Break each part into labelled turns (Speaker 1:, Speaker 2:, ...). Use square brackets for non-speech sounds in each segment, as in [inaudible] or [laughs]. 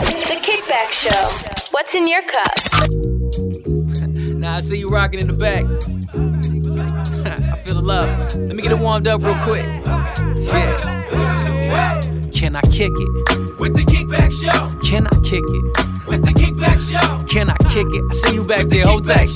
Speaker 1: Kickback Show. What's in your cup?
Speaker 2: Now I see you rocking in the back. [laughs] I feel the love. Let me get it warmed up real quick. Yeah. Can I kick it?
Speaker 3: With the kickback show,
Speaker 2: Can I kick it?
Speaker 3: with the kickback show,
Speaker 2: Can I kick it? I see you back there, hold tight.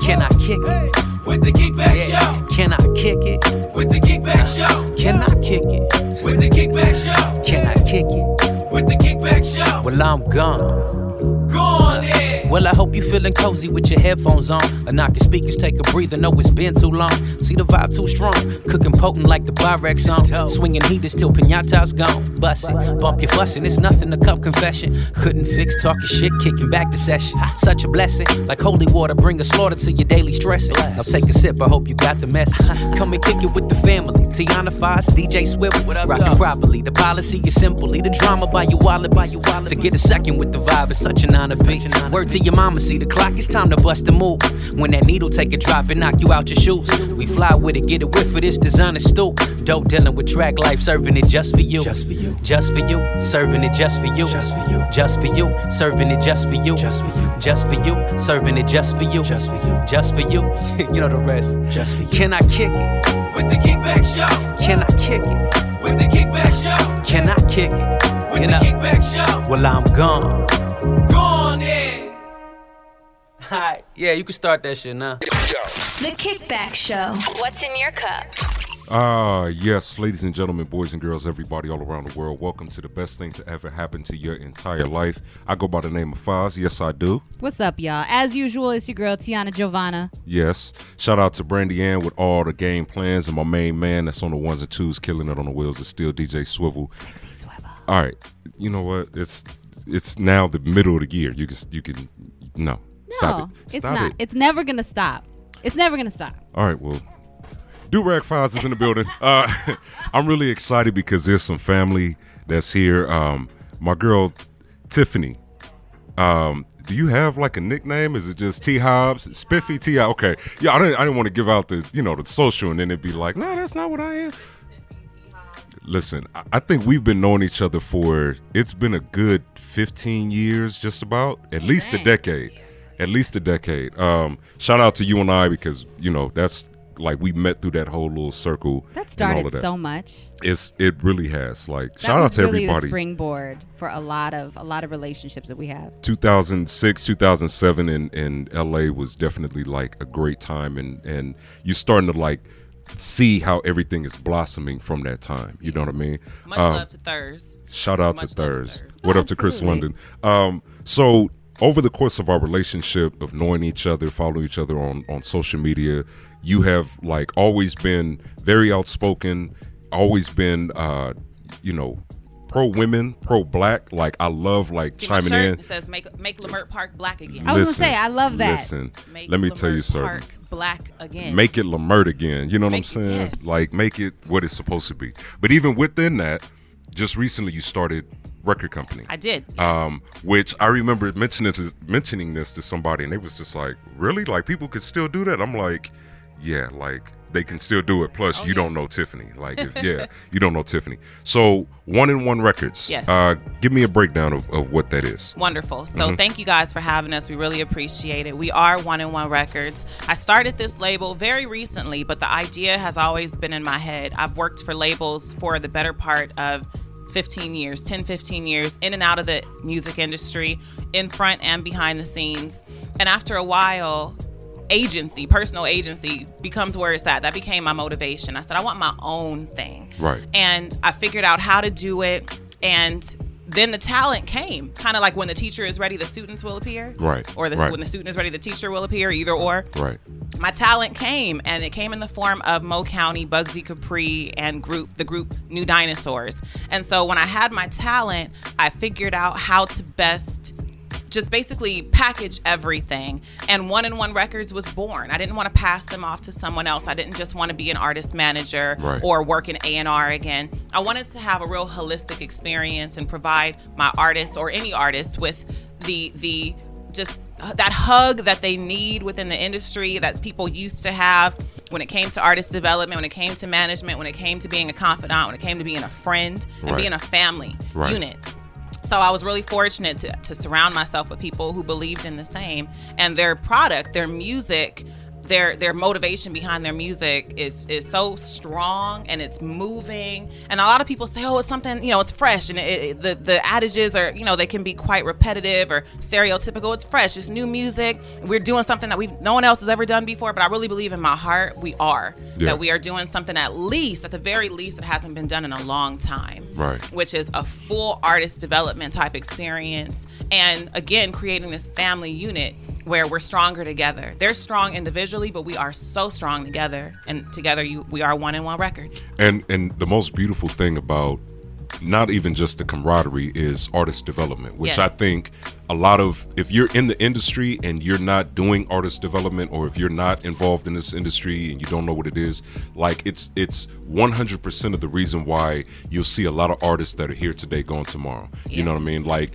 Speaker 2: Can I kick it?
Speaker 3: with the kickback
Speaker 2: Yeah.
Speaker 3: show,
Speaker 2: Can I kick it?
Speaker 3: with the kickback show,
Speaker 2: Can I kick it?
Speaker 3: with the kickback show,
Speaker 2: Can I kick it?
Speaker 3: with the kickback show.
Speaker 2: Well, I'm gone.
Speaker 3: Go on there.
Speaker 2: Well, I hope you feeling cozy with your headphones on. A knock your speakers, take a breather. No, it's been too long. See the vibe too strong. Cooking potent like the Pyrex on. Swinging heaters till pinata's gone. Bust it, bump your fussin'. It's nothing to cup confession. Couldn't fix talking shit, kicking back the session. Such a blessing, like holy water, bring a slaughter to your daily stressing. Now take a sip. I hope you got the [laughs] message. Come and kick it with the family. Tiana Fox, DJ Swift, rocking properly. The policy is simply the drama by your wallet, by your wallet. To get a second with the vibe is such an honor. Be word to your mama, see the clock. It's time to bust a move. When that needle take a drop and knock you out your shoes. We fly with it, get it with for this designer stoop. Dope dealing with track life, serving it just for you. Just for you. Just for you. Serving it just for you. Just for you. Just for you. Serving it just for you. Just for you. Just for you. Serving it just for you. Just for you. Just for you. [laughs] you know the rest. Just for you. Can I kick it?
Speaker 3: With the kickback show,
Speaker 2: Can I kick it?
Speaker 3: with the kickback show,
Speaker 2: Can I kick it?
Speaker 3: with
Speaker 2: You
Speaker 3: the
Speaker 2: know?
Speaker 3: kickback show.
Speaker 2: Well, I'm gone.
Speaker 3: Go on there.
Speaker 2: Alright, yeah, you can start that shit now.
Speaker 1: The Kickback Show. What's in your cup?
Speaker 4: Ah, yes, ladies and gentlemen, boys and girls, everybody all around the world, welcome to the best thing to ever happen to your entire life. I go by the name of Foz. Yes, I do.
Speaker 5: What's up, y'all? As usual, it's your girl Tiana Giovanna.
Speaker 4: Yes. Shout out to Brandy Ann with all the game plans and my main man that's on the ones and twos, killing it on the wheels is still DJ Swivel. All right, you know what? It's it's now the middle of the year. You can you can no
Speaker 5: no,
Speaker 4: stop it.
Speaker 5: it's
Speaker 4: Stop
Speaker 5: not.
Speaker 4: it.
Speaker 5: It's never gonna stop. It's never gonna stop.
Speaker 4: All right, well, Durag Files is in the building. Uh, [laughs] I'm really excited because there's some family that's here. Um, my girl Tiffany. Um, do you have like a nickname? Is it just T Hobbs, Spiffy T? Okay, yeah, I didn't, I didn't want to give out the you know the social and then it'd be like, no, that's not what I am. Listen, I- I think we've been knowing each other for it's been a good 15 years, just about at least a
Speaker 5: dang.
Speaker 4: decade, at least a decade. Um, shout out to you and I because you know that's like we met through that whole little circle.
Speaker 5: That
Speaker 4: and all
Speaker 5: started
Speaker 4: of that.
Speaker 5: so much.
Speaker 4: It's it really has like
Speaker 5: That
Speaker 4: shout out
Speaker 5: was
Speaker 4: to
Speaker 5: really the
Speaker 4: everybody.
Speaker 5: springboard for a lot of a lot of relationships that we have.
Speaker 4: 2006 2007 in, in la was definitely like a great time and and you starting to like see how everything is blossoming from that time you know what i mean
Speaker 6: Much
Speaker 4: Um,
Speaker 6: love to Thurs.
Speaker 4: shout out to
Speaker 6: much love to
Speaker 4: thurs
Speaker 6: Thurs.
Speaker 4: what up to chris london
Speaker 5: Absolutely.
Speaker 4: um so over the course of our relationship of knowing each other following each other on on social media you have like always been very outspoken always been uh you know pro women pro black like i love like
Speaker 6: See my
Speaker 4: chiming
Speaker 6: shirt?
Speaker 4: in
Speaker 6: It says make make Lamert Park black again.
Speaker 5: I was gonna say, I love that.
Speaker 4: Listen,
Speaker 6: Make
Speaker 4: let me tell you
Speaker 6: Lamert
Speaker 4: something.
Speaker 6: Park black again.
Speaker 4: Make it Lamert again. You know what I'm
Speaker 6: Make it-
Speaker 4: saying?
Speaker 6: yes.
Speaker 4: Like make it what it's supposed to be. But even within that, just recently you started record company.
Speaker 6: I did.
Speaker 4: Um, which I remember mentioning to, mentioning this to somebody, and they was just like, "Really? Like people could still do that?" I'm like, "Yeah, like they can still do it."
Speaker 6: Oh,
Speaker 4: Plus, you don't know Tiffany. Like, if, yeah, [laughs] you don't know Tiffany. So, one in one records.
Speaker 6: Yes.
Speaker 4: Uh, give me a breakdown of, of what that is.
Speaker 6: Wonderful. So
Speaker 4: mm-hmm.
Speaker 6: thank you guys for having us. We really appreciate it. We are One in One Records. I started this label very recently, but the idea has always been in my head. I've worked for labels for the better part of 15 years, 10, 15 years, in and out of the music industry, in front and behind the scenes. And after a while, agency, personal agency becomes where it's at. That became my motivation. I said, I want my own thing.
Speaker 4: Right.
Speaker 6: And I figured out how to do it. And then the talent came, kind of like when the teacher is ready, the students will appear.
Speaker 4: Right,
Speaker 6: Or the,
Speaker 4: right.
Speaker 6: when the student is ready, the teacher will appear, either or
Speaker 4: Right.
Speaker 6: my talent came and it came in the form of Mo County, Bugsy Capri, and group the group New Dinosaurs. And so when I had my talent, I figured out how to best just basically package everything. And One in One Records was born. I didn't want to pass them off to someone else. I didn't just want to be an artist manager
Speaker 4: Right.
Speaker 6: or work in A&R again. I wanted to have a real holistic experience and provide my artists or any artist with the the just that hug that they need within the industry that people used to have when it came to artist development, when it came to management, when it came to being a confidant, when it came to being a friend and
Speaker 4: Right.
Speaker 6: being a family
Speaker 4: Right.
Speaker 6: unit. So I was really fortunate to, to surround myself with people who believed in the same and their product, their music, their their motivation behind their music is is so strong and it's moving and a lot of people say oh it's something you know it's fresh and it, it- the the adages are you know they can be quite repetitive or stereotypical it's fresh it's new music we're doing something that we have no one else has ever done before but I really believe in my heart we are
Speaker 4: Yeah.
Speaker 6: that we are doing something at least at the very least that hasn't been done in a long time
Speaker 4: Right.
Speaker 6: which is a full artist development type experience. And again, creating this family unit where we're stronger together. They're strong individually, but we are so strong together. And together, you, we are one in one records.
Speaker 4: And and the most beautiful thing about not even just the camaraderie is artist development, which
Speaker 6: Yes.
Speaker 4: I think a lot of if you're in the industry and you're not doing artist development or if you're not involved in this industry and you don't know what it is, like it's it's 100% of the reason why you'll see a lot of artists that are here today gone tomorrow. You know what I mean? Like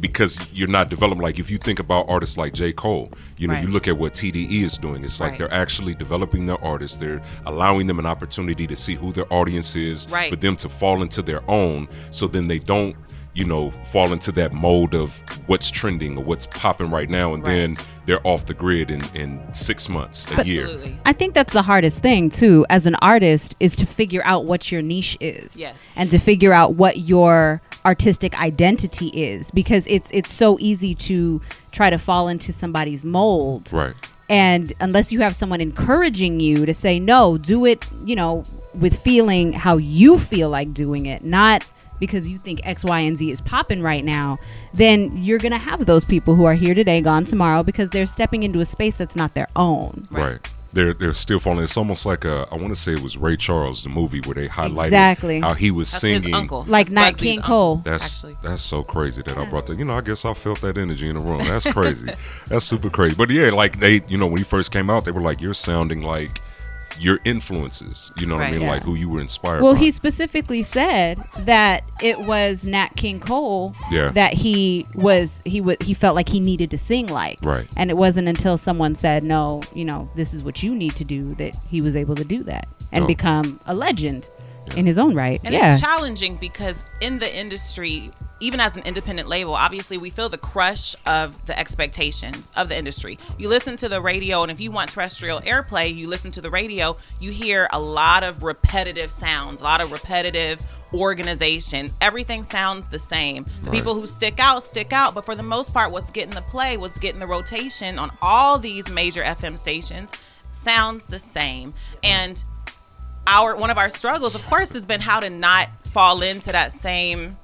Speaker 4: because you're not developing like if you think about artists like J. Cole, you know, you
Speaker 6: Right.
Speaker 4: look at what TDE is doing, it's like
Speaker 6: Right.
Speaker 4: they're actually developing their artists, they're allowing them an opportunity to see who their audience is,
Speaker 6: Right.
Speaker 4: for them to fall into their own so then they don't, you know, fall into that mode of what's trending or what's popping right now and then they're off the grid in, in six months, a year.
Speaker 6: Absolutely.
Speaker 5: I think that's the hardest thing too, as an artist, is to figure out what your niche is.
Speaker 6: Yes.
Speaker 5: And to figure out what your artistic identity is. Because it's it's so easy to try to fall into somebody's mold.
Speaker 4: Right.
Speaker 5: And unless you have someone encouraging you to say, no, do it, you know, with feeling how you feel like doing it, not because you think X, Y, and Z is popping right now, then you're going to have those people who are here today, gone tomorrow, because they're stepping into a space that's not their own.
Speaker 4: Right. They're, they're still falling. It's almost like a, I want to say it was Ray Charles, the movie where they highlighted
Speaker 5: Exactly.
Speaker 4: how he was
Speaker 6: That's
Speaker 4: singing.
Speaker 6: his uncle.
Speaker 5: Like
Speaker 6: That's
Speaker 5: Nat
Speaker 6: Bugsy's
Speaker 5: King
Speaker 6: uncle.
Speaker 5: Cole.
Speaker 4: That's
Speaker 6: actually.
Speaker 4: that's so crazy that I brought that. You know, I guess I felt that energy in the room. That's crazy. [laughs] that's super crazy. But yeah, like they, you know, when he first came out, they were like, "You're sounding like your influences." You know what I
Speaker 6: Right.
Speaker 4: mean?
Speaker 6: Yeah.
Speaker 4: Like who you were inspired.
Speaker 5: Well,
Speaker 4: by.
Speaker 5: he specifically said that it was Nat King Cole
Speaker 4: Yeah.
Speaker 5: that he was he would he felt like he needed to sing like.
Speaker 4: Right.
Speaker 5: And it wasn't until someone said, "No, you know, this is what you need to do," that he was able to do that and
Speaker 4: Oh.
Speaker 5: become a legend in his own right.
Speaker 6: And
Speaker 5: yeah.
Speaker 6: it's challenging because in the industry, even as an independent label, obviously we feel the crush of the expectations of the industry. You listen to the radio, and if you want terrestrial airplay, you listen to the radio, you hear a lot of repetitive sounds, a lot of repetitive organization. Everything sounds the same. The people who stick out, stick out, but for the most part, what's getting the play, what's getting the rotation on all these major FM stations sounds the same. And our one of our struggles, of course, has been how to not fall into that same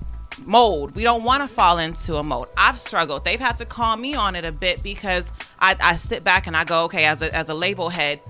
Speaker 6: mold. We don't want to fall into a mold. I've struggled. They've had to call me on it a bit because I, I sit back and I go, okay, as a, as a label head,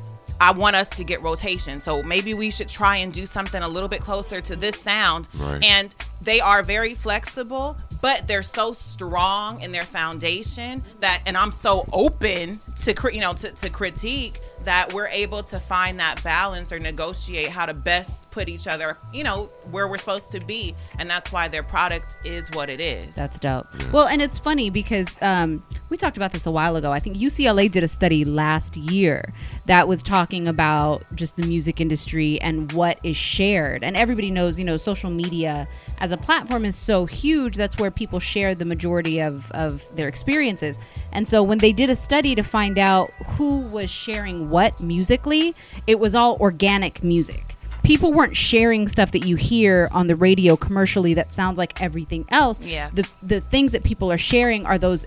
Speaker 6: I want us to get rotation. So maybe we should try and do something a little bit closer to this sound.
Speaker 4: Right.
Speaker 6: And they are very flexible, but they're so strong in their foundation that, and I'm so open to, cri- you know, to, to critique that we're able to find that balance or negotiate how to best put each other, you know, where we're supposed to be. And that's why their product is what it is.
Speaker 5: That's dope. Well, and it's funny because um, we talked about this a while ago. I think UCLA did a study last year that was talking about just the music industry and what is shared. And everybody knows, you know, social media as a platform is so huge. That's where people share the majority of, of their experiences. And so when they did a study to find out who was sharing what musically, it was all organic music people weren't sharing stuff that you hear on the radio commercially that sounds like everything else.
Speaker 6: Yeah.
Speaker 5: The the things that people are sharing are those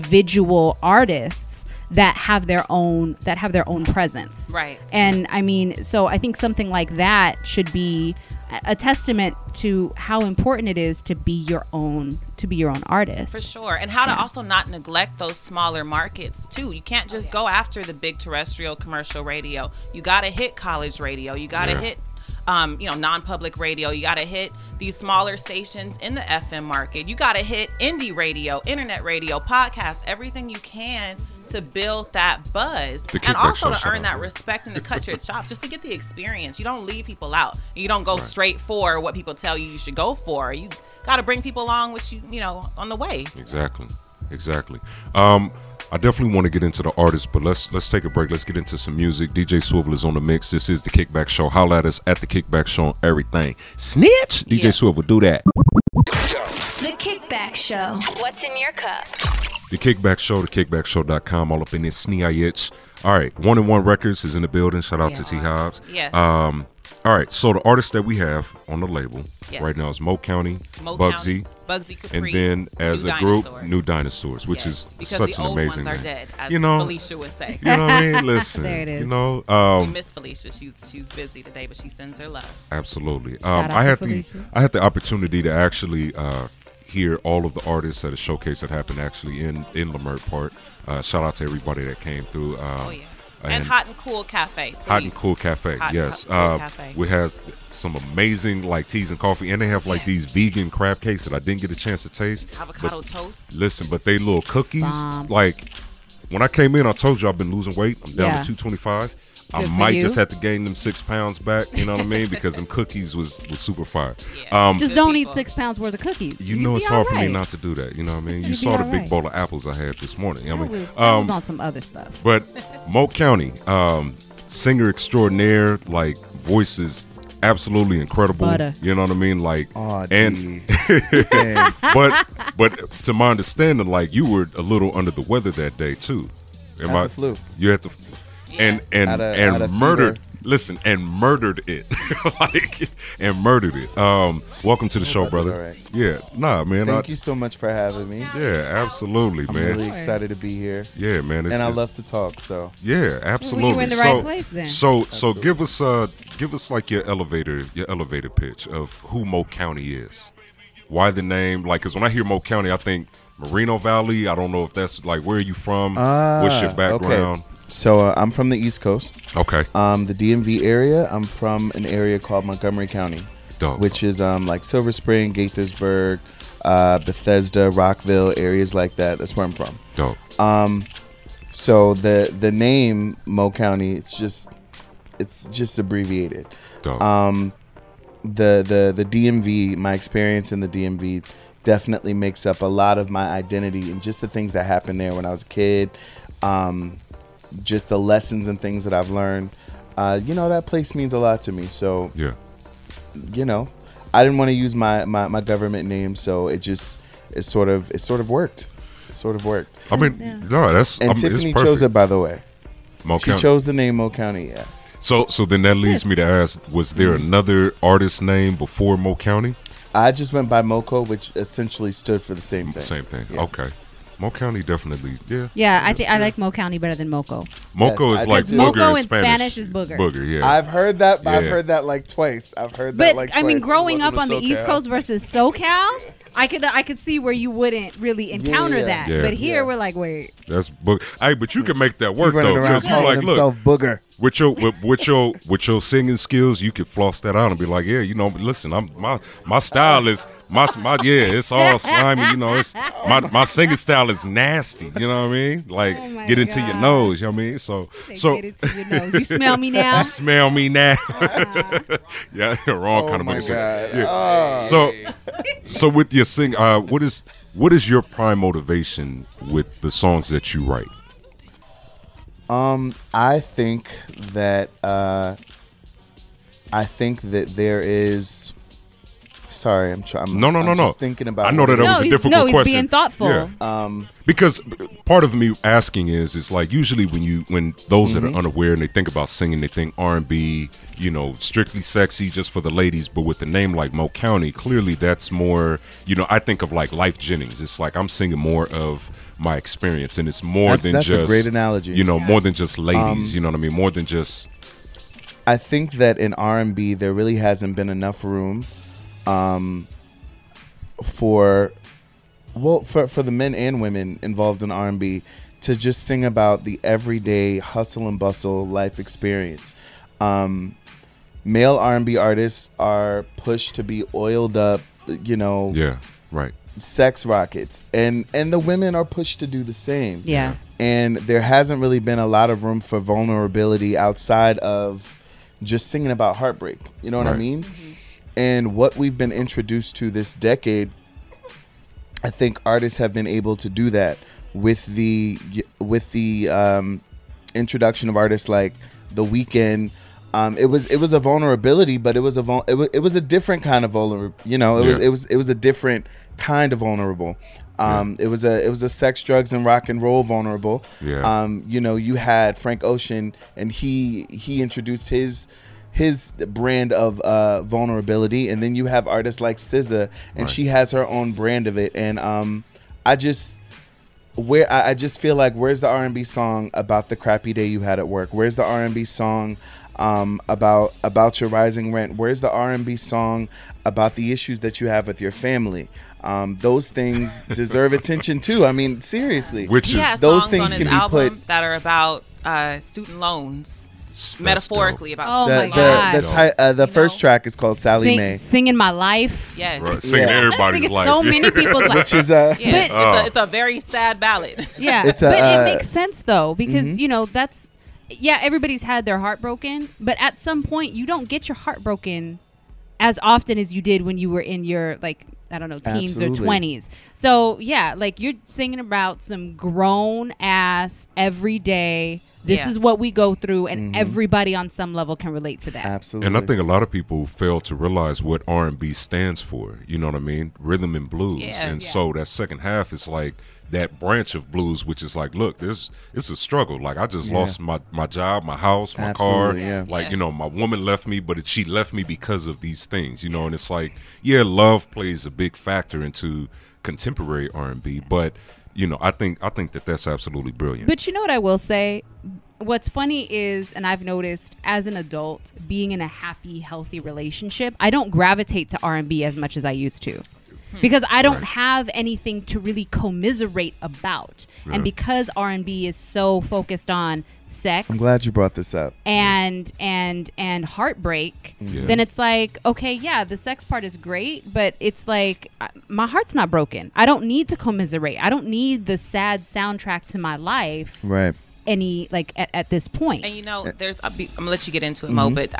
Speaker 5: individual artists that have their own that have their own presence.
Speaker 6: Right.
Speaker 5: And I mean, so I think something like that should be a- a testament to how important it is to be your own to be your own artist.
Speaker 6: For sure. And how to also not neglect those smaller markets too. You can't just go after the big terrestrial commercial radio. You got to hit college radio. You got to hit um, you know, non-public radio. You got to hit these smaller stations in the FM market. You got to hit indie radio, internet radio, podcasts, everything you can to build that buzz
Speaker 4: The
Speaker 6: and
Speaker 4: kickback
Speaker 6: also
Speaker 4: shows
Speaker 6: to earn
Speaker 4: that
Speaker 6: that
Speaker 4: up.
Speaker 6: respect and to cut your chops just to get the experience. You don't leave people out. You don't go straight for what people tell you you should go for. You got to bring people along with you, you know, on the way.
Speaker 4: Exactly. Exactly. Um, I definitely want to get into the artist, but let's let's take a break. Let's get into some music. DJ Swivel is on the mix. This is the Kickback Show. Holla at us at the Kickback Show on everything. Snitch. DJ
Speaker 6: Yeah.
Speaker 4: Swivel, do that.
Speaker 1: The Kickback Show. What's in your cup?
Speaker 4: The Kickback Show, the kickbackshow.com, all up in this sneeyitch. All right, One and One Records is in the building. Shout out to T Hobbs.
Speaker 6: Yes.
Speaker 4: Um, all right, so the artist that we have on the label
Speaker 6: Yes.
Speaker 4: right now is Mo County,
Speaker 6: Mo
Speaker 4: Bugsy,
Speaker 6: County, Bugsy
Speaker 4: and
Speaker 6: Capri,
Speaker 4: then as
Speaker 6: New
Speaker 4: a group,
Speaker 6: Dinosaurs.
Speaker 4: New Dinosaurs, which
Speaker 6: Yes,
Speaker 4: is
Speaker 6: because
Speaker 4: such
Speaker 6: the
Speaker 4: an
Speaker 6: old
Speaker 4: amazing
Speaker 6: ones are
Speaker 4: name.
Speaker 6: dead, as
Speaker 4: you know,
Speaker 6: Felicia would say.
Speaker 4: you know what I
Speaker 6: [laughs]
Speaker 4: mean? Listen,
Speaker 5: There it is.
Speaker 4: you know, um,
Speaker 6: Miss Felicia, she's she's busy today, but she sends her love.
Speaker 4: Absolutely.
Speaker 5: Shout
Speaker 4: Um,
Speaker 5: out
Speaker 4: I
Speaker 5: to
Speaker 4: had the
Speaker 5: Felicia.
Speaker 4: I had the opportunity to actually uh, hear all of the artists at a showcase that happened actually in in Lemert Park. Uh, shout out to everybody that came through. Um,
Speaker 6: Oh yeah, and, hot and cool cafe.
Speaker 4: Hot and
Speaker 6: please.
Speaker 4: Cool Cafe.
Speaker 6: Hot and
Speaker 4: yes,
Speaker 6: Cool
Speaker 4: uh,
Speaker 6: Cafe.
Speaker 4: we has some amazing like teas and coffee, and they have like
Speaker 6: Yes.
Speaker 4: these vegan crab cakes that I didn't get a chance to taste.
Speaker 6: avocado
Speaker 4: but,
Speaker 6: toast.
Speaker 4: Listen, but they little cookies
Speaker 5: Bomb.
Speaker 4: like. When I came in, I told you I've been losing weight. I'm down
Speaker 5: Yeah.
Speaker 4: to 225. I
Speaker 5: Good for
Speaker 4: might
Speaker 5: you.
Speaker 4: just have to gain them six pounds back. You know what I mean? Because them cookies was was super fire.
Speaker 6: Yeah.
Speaker 4: Um,
Speaker 5: Just
Speaker 6: Good
Speaker 5: don't eat
Speaker 6: people.
Speaker 5: six pounds worth of cookies.
Speaker 4: you
Speaker 5: You'd
Speaker 4: know
Speaker 5: be
Speaker 4: it's
Speaker 5: all
Speaker 4: hard for me
Speaker 5: right.
Speaker 4: not to do that. You know what I mean? You
Speaker 5: You'd be
Speaker 4: saw the
Speaker 5: all
Speaker 4: big
Speaker 5: right.
Speaker 4: bowl of apples I had this morning. I
Speaker 5: That
Speaker 4: mean,
Speaker 5: was, that
Speaker 4: um,
Speaker 5: was on some other stuff.
Speaker 4: but Mo County, um, singer extraordinaire, like voices absolutely incredible.
Speaker 5: Butter.
Speaker 4: You know what I mean? Like
Speaker 7: Aw,
Speaker 4: and
Speaker 7: dude. Thanks.
Speaker 4: [laughs] but but to my understanding, like you were a little under the weather that day too. Am
Speaker 7: Had the flu.
Speaker 4: You had the and and
Speaker 7: Had a-
Speaker 4: and
Speaker 7: had a
Speaker 4: murdered.
Speaker 7: fever.
Speaker 4: Listen and murdered it, [laughs] like and murdered it. Um, welcome to the show,
Speaker 7: brother's
Speaker 4: brother.
Speaker 7: all right.
Speaker 4: Yeah, nah, man. I-
Speaker 7: Thank you so much for having me.
Speaker 4: yeah, absolutely,
Speaker 7: I'm
Speaker 4: man.
Speaker 7: really
Speaker 5: course.
Speaker 7: excited to be here.
Speaker 4: yeah, man. It's,
Speaker 7: and I
Speaker 4: it's-
Speaker 7: love to talk, so
Speaker 4: Yeah, absolutely.
Speaker 5: in the
Speaker 4: so,
Speaker 5: right place then.
Speaker 4: so, so
Speaker 7: Absolutely.
Speaker 4: give us uh, give us like your elevator, your elevator pitch of who Mo County is. Why the name? Like, cause when I hear Mo County, I think Merino Valley. I don't know if that's like where are you from? What's your
Speaker 7: Ah,
Speaker 4: background?
Speaker 7: Okay. So uh, I'm from the East Coast,
Speaker 4: Okay,
Speaker 7: um, the DMV area. I'm from an area called Montgomery County,
Speaker 4: Dope.
Speaker 7: which is um, like Silver Spring, Gaithersburg, uh, Bethesda, Rockville, areas like that. That's where I'm from.
Speaker 4: dope.
Speaker 7: uh, So the the name Mo County, it's just it's just abbreviated.
Speaker 4: Dope.
Speaker 7: um, the the the DMV, my experience in the DMV definitely makes up a lot of my identity and just the things that happened there when I was a kid, um, just the lessons and things that I've learned. Uh, you know that place means a lot to me. So
Speaker 4: yeah.
Speaker 7: you know, I didn't want to use my, my my government name, so it just it sort of it sort of worked. It sort of worked.
Speaker 4: I mean, no, that's
Speaker 7: And
Speaker 4: I mean,
Speaker 7: Tiffany
Speaker 4: Um, it's perfect.
Speaker 7: chose it, by the way.
Speaker 4: Mo
Speaker 7: She
Speaker 4: County.
Speaker 7: chose the name Mo County. Yeah.
Speaker 4: so, so then that leads me to ask: Was there
Speaker 7: Mm-hmm.
Speaker 4: another artist name before Mo County?
Speaker 7: I just went by MoCo, which essentially stood for the same thing.
Speaker 4: Same thing.
Speaker 7: Yeah.
Speaker 4: Okay. Mo County definitely. Yeah.
Speaker 5: Yeah, I think I like Mo County better than Moco.
Speaker 4: Moco
Speaker 7: Yes,
Speaker 4: is
Speaker 7: I
Speaker 4: like
Speaker 7: do.
Speaker 4: booger
Speaker 5: Moco
Speaker 4: in
Speaker 5: in
Speaker 4: Spanish.
Speaker 5: Spanish is booger.
Speaker 4: Booger, yeah.
Speaker 7: I've heard that. I've
Speaker 4: Yeah.
Speaker 7: heard that like twice. I've heard
Speaker 5: But
Speaker 7: that like.
Speaker 5: I mean,
Speaker 7: twice.
Speaker 5: growing up
Speaker 7: Welcome
Speaker 5: on
Speaker 7: to
Speaker 5: the East
Speaker 7: SoCal.
Speaker 5: Coast versus SoCal, I could I could see where you wouldn't really encounter
Speaker 7: yeah.
Speaker 5: that.
Speaker 4: Yeah.
Speaker 5: But here
Speaker 7: Yeah.
Speaker 5: we're like, wait,
Speaker 4: That's book. Hey, but you can make that
Speaker 7: He
Speaker 4: work
Speaker 7: running
Speaker 4: though,
Speaker 7: around
Speaker 4: because you
Speaker 7: calling
Speaker 4: like, look,
Speaker 7: himself booger.
Speaker 4: with your with, with your with your singing skills, you could floss that out and be like, yeah, you know, listen, I'm my my style is my my yeah, it's all slimy, you know, it's my my singing style is nasty, you know what I mean? Like
Speaker 5: Oh my
Speaker 4: get into your
Speaker 5: God.
Speaker 4: nose, you know what I mean? So
Speaker 5: they
Speaker 4: so
Speaker 5: get it to your nose. You smell
Speaker 7: [laughs]
Speaker 5: me now.
Speaker 4: smell me now. [laughs] yeah, [laughs] wrong kind
Speaker 7: Oh
Speaker 4: of
Speaker 7: my
Speaker 4: booger.
Speaker 7: god.
Speaker 4: Yeah.
Speaker 7: Oh.
Speaker 4: So, so with your sing, uh, what is what is your prime motivation with the songs that you write?
Speaker 7: Um, I think that uh, I think that there is. Sorry, I'm trying.
Speaker 4: No, no,
Speaker 7: I'm
Speaker 4: no, no.
Speaker 7: Just thinking about.
Speaker 4: I know that that
Speaker 7: what-
Speaker 5: No,
Speaker 4: was a
Speaker 5: he's-
Speaker 4: difficult
Speaker 5: no, he's
Speaker 4: question.
Speaker 5: being thoughtful.
Speaker 7: Um,
Speaker 4: because part of me asking is, it's like usually when you when those
Speaker 7: Mm-hmm.
Speaker 4: that are unaware and they think about singing, they think R and B, you know, strictly sexy just for the ladies. But with a name like Mo County, clearly that's more. You know, I think of like Life Jennings. It's like I'm singing more of my experience, and it's more
Speaker 7: That's-
Speaker 4: than
Speaker 7: that's a
Speaker 4: just
Speaker 7: great analogy. Um,
Speaker 4: You know, more than just ladies. you know what I mean? More than just
Speaker 7: I think that in R and B there really hasn't been enough room, um, for, well, for for the men and women involved in R and B to just sing about the everyday hustle and bustle life experience. Um, male R and B artists are pushed to be oiled up, you know,
Speaker 4: yeah, right.
Speaker 7: sex rockets, and and the women are pushed to do the same
Speaker 5: yeah.
Speaker 7: and there hasn't really been a lot of room for vulnerability outside of just singing about heartbreak. You know what I
Speaker 4: Right.
Speaker 7: mean? And what we've been introduced to this decade, I think artists have been able to do that with the with the um, introduction of artists like The Weeknd, Um, it was it was a vulnerability, but it was a vul- it, was, it was a different kind of vulnerable. You know, it was
Speaker 4: Yeah.
Speaker 7: it was it was a different kind of vulnerable. Um, It was a it was a sex, drugs, and rock and roll vulnerable.
Speaker 4: Yeah.
Speaker 7: Um, you know, you had Frank Ocean, and he he introduced his his brand of uh, vulnerability, and then you have artists like SZA, and she has her own brand of it. And um, I just where I, I just feel like where's the R&B song about the crappy day you had at work? Where's the R&B song um, about about your rising rent? Where's the R&B song about the issues that you have with your family? Um, those
Speaker 4: [laughs]
Speaker 7: things deserve attention too. I mean, seriously.
Speaker 4: Which
Speaker 6: He
Speaker 4: is
Speaker 6: has
Speaker 7: Those
Speaker 6: songs
Speaker 7: things
Speaker 6: on his
Speaker 7: can be
Speaker 6: album
Speaker 7: put-
Speaker 6: that are about uh, student loans,
Speaker 4: that's dope.
Speaker 6: metaphorically about
Speaker 5: Oh
Speaker 7: the
Speaker 5: my God.
Speaker 7: the, the,
Speaker 4: gosh.
Speaker 7: ti- uh, the
Speaker 6: You
Speaker 7: first
Speaker 6: know?
Speaker 7: track is called Sally
Speaker 5: Sing-
Speaker 6: [laughs]
Speaker 7: Mae,
Speaker 5: Singing my life.
Speaker 6: Yes.
Speaker 4: Right, singing
Speaker 7: Yeah.
Speaker 4: everybody's
Speaker 5: Singing
Speaker 4: life.
Speaker 5: so many
Speaker 4: [laughs]
Speaker 5: people's life.
Speaker 7: which is a
Speaker 6: Yeah, it's,
Speaker 4: Oh.
Speaker 6: a, it's a very sad ballad. [laughs]
Speaker 5: Yeah,
Speaker 7: It's a,
Speaker 5: but
Speaker 7: uh, mm-hmm.
Speaker 5: it makes sense though because you know that's yeah everybody's had their heart broken, but at some point you don't get your heart broken as often as you did when you were in your like I don't know teens
Speaker 7: Absolutely.
Speaker 5: or twenties. So yeah, like you're singing about some grown ass every day. This
Speaker 6: Yeah.
Speaker 5: is what we go through, and
Speaker 7: Mm-hmm.
Speaker 5: everybody on some level can relate to that.
Speaker 7: absolutely.
Speaker 4: And I think a lot of people fail to realize what R and B stands for. You know what I mean? Rhythm and blues.
Speaker 6: Yeah.
Speaker 4: and
Speaker 6: Yeah.
Speaker 4: so that second half is like that branch of blues, which is like, look, there's it's a struggle. Like I just lost my my job, my house, my
Speaker 7: Absolutely,
Speaker 4: car.
Speaker 7: yeah.
Speaker 4: Like you know, my woman left me, but it, she left me because of these things. You know, and it's like, yeah, love plays a big factor into contemporary R and B, but you know, I think I think that that's absolutely brilliant.
Speaker 5: But you know what I will say? What's funny is, and I've noticed as an adult, being in a happy, healthy relationship, I don't gravitate to R and B as much as I used to. Because I don't have anything to really commiserate about, and because R and B is so focused on sex,
Speaker 7: I'm glad you brought this up.
Speaker 5: and and and heartbreak then it's like okay yeah the sex part is great but it's like I- my heart's not broken i don't need to commiserate i don't need the sad soundtrack to my life
Speaker 7: Right.
Speaker 5: any like at, at this point
Speaker 6: And you know, there's i be, I'm gonna let you get into it, Mo. But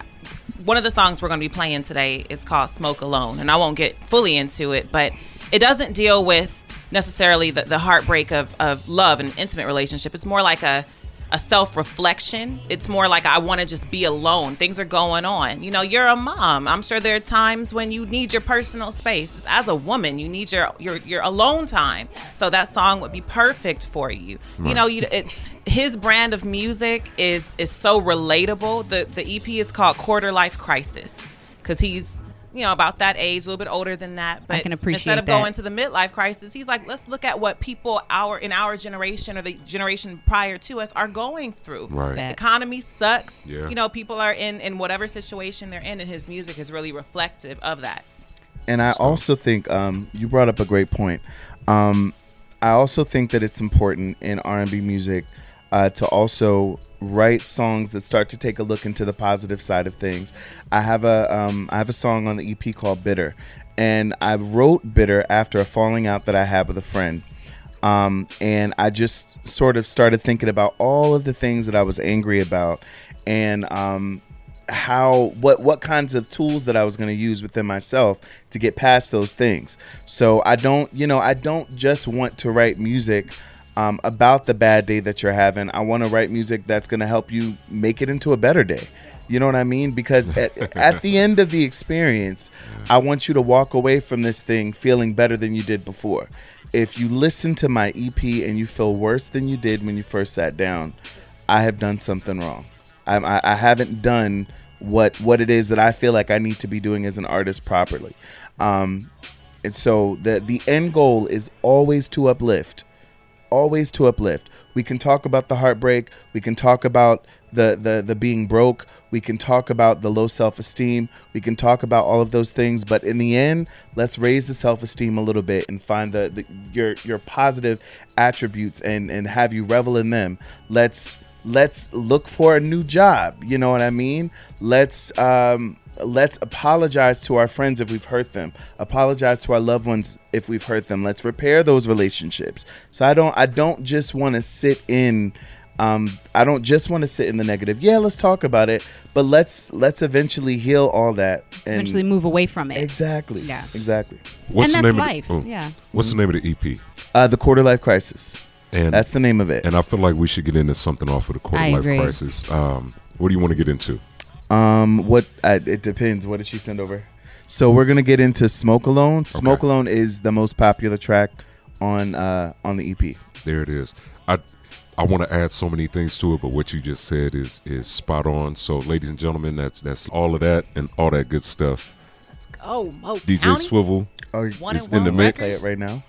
Speaker 6: one of the songs we're gonna be playing today is called "Smoke Alone," and I won't get fully into it, but it doesn't deal with necessarily the, the heartbreak of of love and intimate relationship. It's more like a a self reflection. It's more like I want to just be alone. Things are going on. You know, you're a mom. I'm sure there are times when you need your personal space. Just as a woman, you need your your your alone time. So that song would be perfect for you. You know, you it, his brand of music is is so relatable. The the EP is called Quarter Life Crisis because he's you know about that age, a little bit older than that. But
Speaker 5: can appreciate
Speaker 6: instead of
Speaker 5: that.
Speaker 6: going to the midlife crisis, he's like, let's look at what people our in our generation or the generation prior to us are going through.
Speaker 4: Right.
Speaker 5: Bet.
Speaker 6: Economy sucks.
Speaker 4: Yeah.
Speaker 6: You know, people are in in whatever situation they're in, and his music is really reflective of that.
Speaker 7: and I also think um, you brought up a great point. Um, I also think that it's important in R and B music uh, to also write songs that start to take a look into the positive side of things. I have a um, I have a song on the EP called Bitter, and I wrote Bitter after a falling out that I had with a friend um, and I just sort of started thinking about all of the things that I was angry about, and um, how what what kinds of tools that I was going to use within myself to get past those things. So I don't, you know, I don't just want to write music. Um, about the bad day that you're having, I want to write music that's going to help you make it into a better day. You know what I mean? Because at, at the end of the experience, I want you to walk away from this thing feeling better than you did before. If you listen to my EP and you feel worse than you did when you first sat down, I have done something wrong. I, I, I haven't done what what it is that I feel like I need to be doing as an artist properly. Um, and so the the end goal is always to uplift always to uplift. We can talk about the heartbreak. We can talk about the the the being broke. We can talk about the low self esteem. We can talk about all of those things. But in the end, let's raise the self esteem a little bit and find the, the your your positive attributes and and have you revel in them. Let's let's look for a new job. You know what I mean? Let's um let's apologize to our friends if we've hurt them apologize to our loved ones if we've hurt them let's repair those relationships so i don't i don't just want to sit in um, i don't just want to sit in the negative yeah let's talk about it but let's let's eventually heal all that and
Speaker 5: eventually move away from it
Speaker 7: exactly
Speaker 5: Yeah.
Speaker 7: exactly
Speaker 4: what's
Speaker 5: and
Speaker 4: the
Speaker 5: that's
Speaker 4: name
Speaker 5: life
Speaker 4: of the, oh,
Speaker 5: yeah
Speaker 4: What's the name of the EP?
Speaker 7: uh, the quarter life crisis
Speaker 4: And
Speaker 7: that's the name of it
Speaker 4: and I feel like we should get into something off of the quarter
Speaker 5: I
Speaker 4: life
Speaker 5: agree.
Speaker 4: crisis. Um, what do you want to get into?
Speaker 7: Um, what I, it depends. What did she send over? So we're gonna get into "Smoke Alone." "Smoke
Speaker 4: Okay.
Speaker 7: Alone" is the most popular track on uh on the EP.
Speaker 4: There it is. I I want to add so many things to it, but what you just said is is spot on. So, ladies and gentlemen, that's that's all of that and all that good stuff.
Speaker 6: Let's go, Oh, Mo
Speaker 4: DJ
Speaker 6: County.
Speaker 4: Swivel.
Speaker 7: Oh,
Speaker 6: One
Speaker 4: is
Speaker 6: and
Speaker 4: in
Speaker 6: one
Speaker 4: the mix.
Speaker 7: play it right now.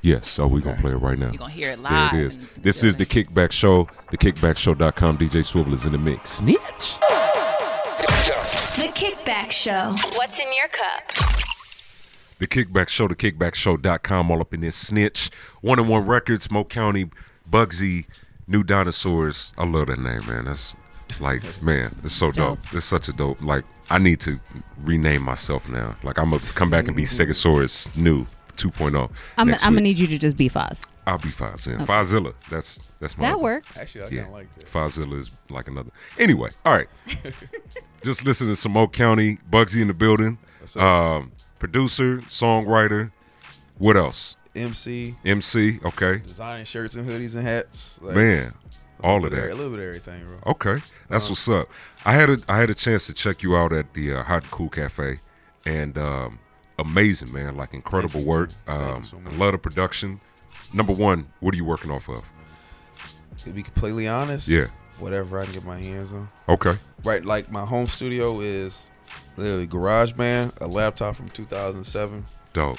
Speaker 4: Yes, so we're gonna play it right now.
Speaker 6: You're gonna hear it
Speaker 4: There
Speaker 6: live.
Speaker 4: it is.
Speaker 6: and
Speaker 4: This
Speaker 6: feel
Speaker 4: is the Kickback Show. The Kickbackshow.com. DJ Swivel is in the mix. Snitch.
Speaker 1: The Kickback Show. What's in your cup?
Speaker 4: The Kickback Show, the kickbackshow.com, all up in this snitch. One on one records, Mo County, Bugsy, New Dinosaurs. I love that name, man. That's like, man, it's so dope. It's such a dope. Like, I need to rename myself now. Like, I'm going to come back and be Stegosaurus New 2.0.
Speaker 5: Mm-hmm. I'm, I'm
Speaker 4: next
Speaker 5: gonna
Speaker 4: week.
Speaker 5: need you to just be Foz.
Speaker 4: I'll be Fozilla. Fozilla. That's, that's my
Speaker 5: That
Speaker 4: other-
Speaker 5: works.
Speaker 7: Actually, I
Speaker 4: yeah. Fozilla is like another. Anyway,
Speaker 8: [laughs]
Speaker 4: all right. Just listen to some Oak County, Bugsy in the building, um, producer, songwriter. What else?
Speaker 8: MC,
Speaker 4: MC, okay.
Speaker 8: designing shirts and hoodies and hats. Like,
Speaker 4: Man, all
Speaker 8: a
Speaker 4: of
Speaker 8: little bit A
Speaker 4: that.
Speaker 8: little bit of everything, bro.
Speaker 4: Okay, that's
Speaker 8: Uh-huh.
Speaker 4: what's up. I had a I had a chance to check you out at the uh, Hot and Cool Cafe, and um, amazing man, like incredible work. Um,
Speaker 8: so
Speaker 4: I
Speaker 8: much.
Speaker 4: love the production. Number one, what are you working off of?
Speaker 8: To be completely honest,
Speaker 4: Yeah.
Speaker 8: whatever I can get my hands on.
Speaker 4: Okay,
Speaker 8: Right, like my home studio is literally GarageBand, a laptop from 2007,
Speaker 4: dope,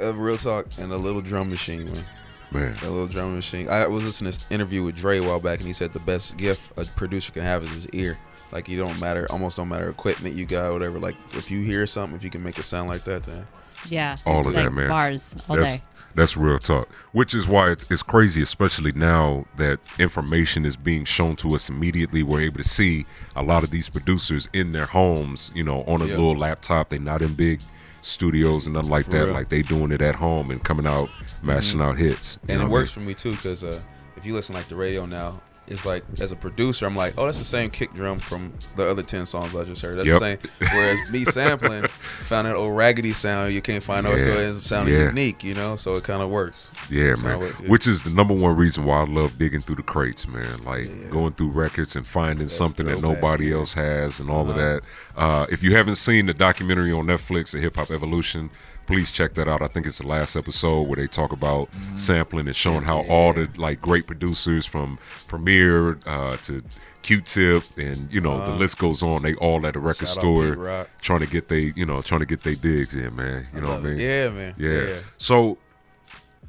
Speaker 8: a real talk, and a little drum machine. Man.
Speaker 4: man.
Speaker 8: A little drum machine. I was listening to this interview with Dre a while back, and he said the best gift a producer can have is his ear. Like you don't matter, almost don't matter equipment you got, whatever. Like if you hear something, if you can make it sound like that, then
Speaker 5: Yeah.
Speaker 4: All of
Speaker 5: like
Speaker 4: that, man.
Speaker 5: Bars all
Speaker 4: that's
Speaker 5: day.
Speaker 4: that's real talk. Which is why it's, it's crazy, especially now that information is being shown to us immediately. We're able to see a lot of these producers in their homes, you know, on a
Speaker 8: Yeah.
Speaker 4: little laptop. They're not in big studios and nothing like that.
Speaker 8: real. Mm-hmm.
Speaker 4: Like they doing it at home and coming out mashing out hits. You
Speaker 8: and
Speaker 4: know
Speaker 8: it
Speaker 4: what I
Speaker 8: works for me too because uh, if you listen like the radio now it's like as a producer i'm like oh that's the same kick drum from the other 10 songs i just heard that's the
Speaker 4: Yep.
Speaker 8: same whereas me sampling
Speaker 4: [laughs]
Speaker 8: found that old raggedy sound you can't find out so
Speaker 4: Yeah.
Speaker 8: it sounded
Speaker 4: Yeah.
Speaker 8: unique you know so it kind of works
Speaker 4: Yeah,
Speaker 8: So
Speaker 4: man.
Speaker 8: it- it-
Speaker 4: Which is the number one reason why I love digging through the crates, man. Like going through records and finding something that
Speaker 8: throwback,
Speaker 4: nobody else has and all of
Speaker 8: Uh-huh.
Speaker 4: that. Uh, if you haven't seen the documentary on Netflix, The Hip Hop Evolution, please check that out. I think it's the last episode where they talk about
Speaker 8: Mm-hmm.
Speaker 4: sampling and showing how all the like great producers from Premiere uh, to Q-Tip and you know the list goes on. They all at the record
Speaker 8: Uh-huh. Shout out Pete
Speaker 4: store
Speaker 8: Rock.
Speaker 4: trying to get they you know trying to get they digs in, man. You know what I mean?
Speaker 8: yeah man
Speaker 4: Yeah. So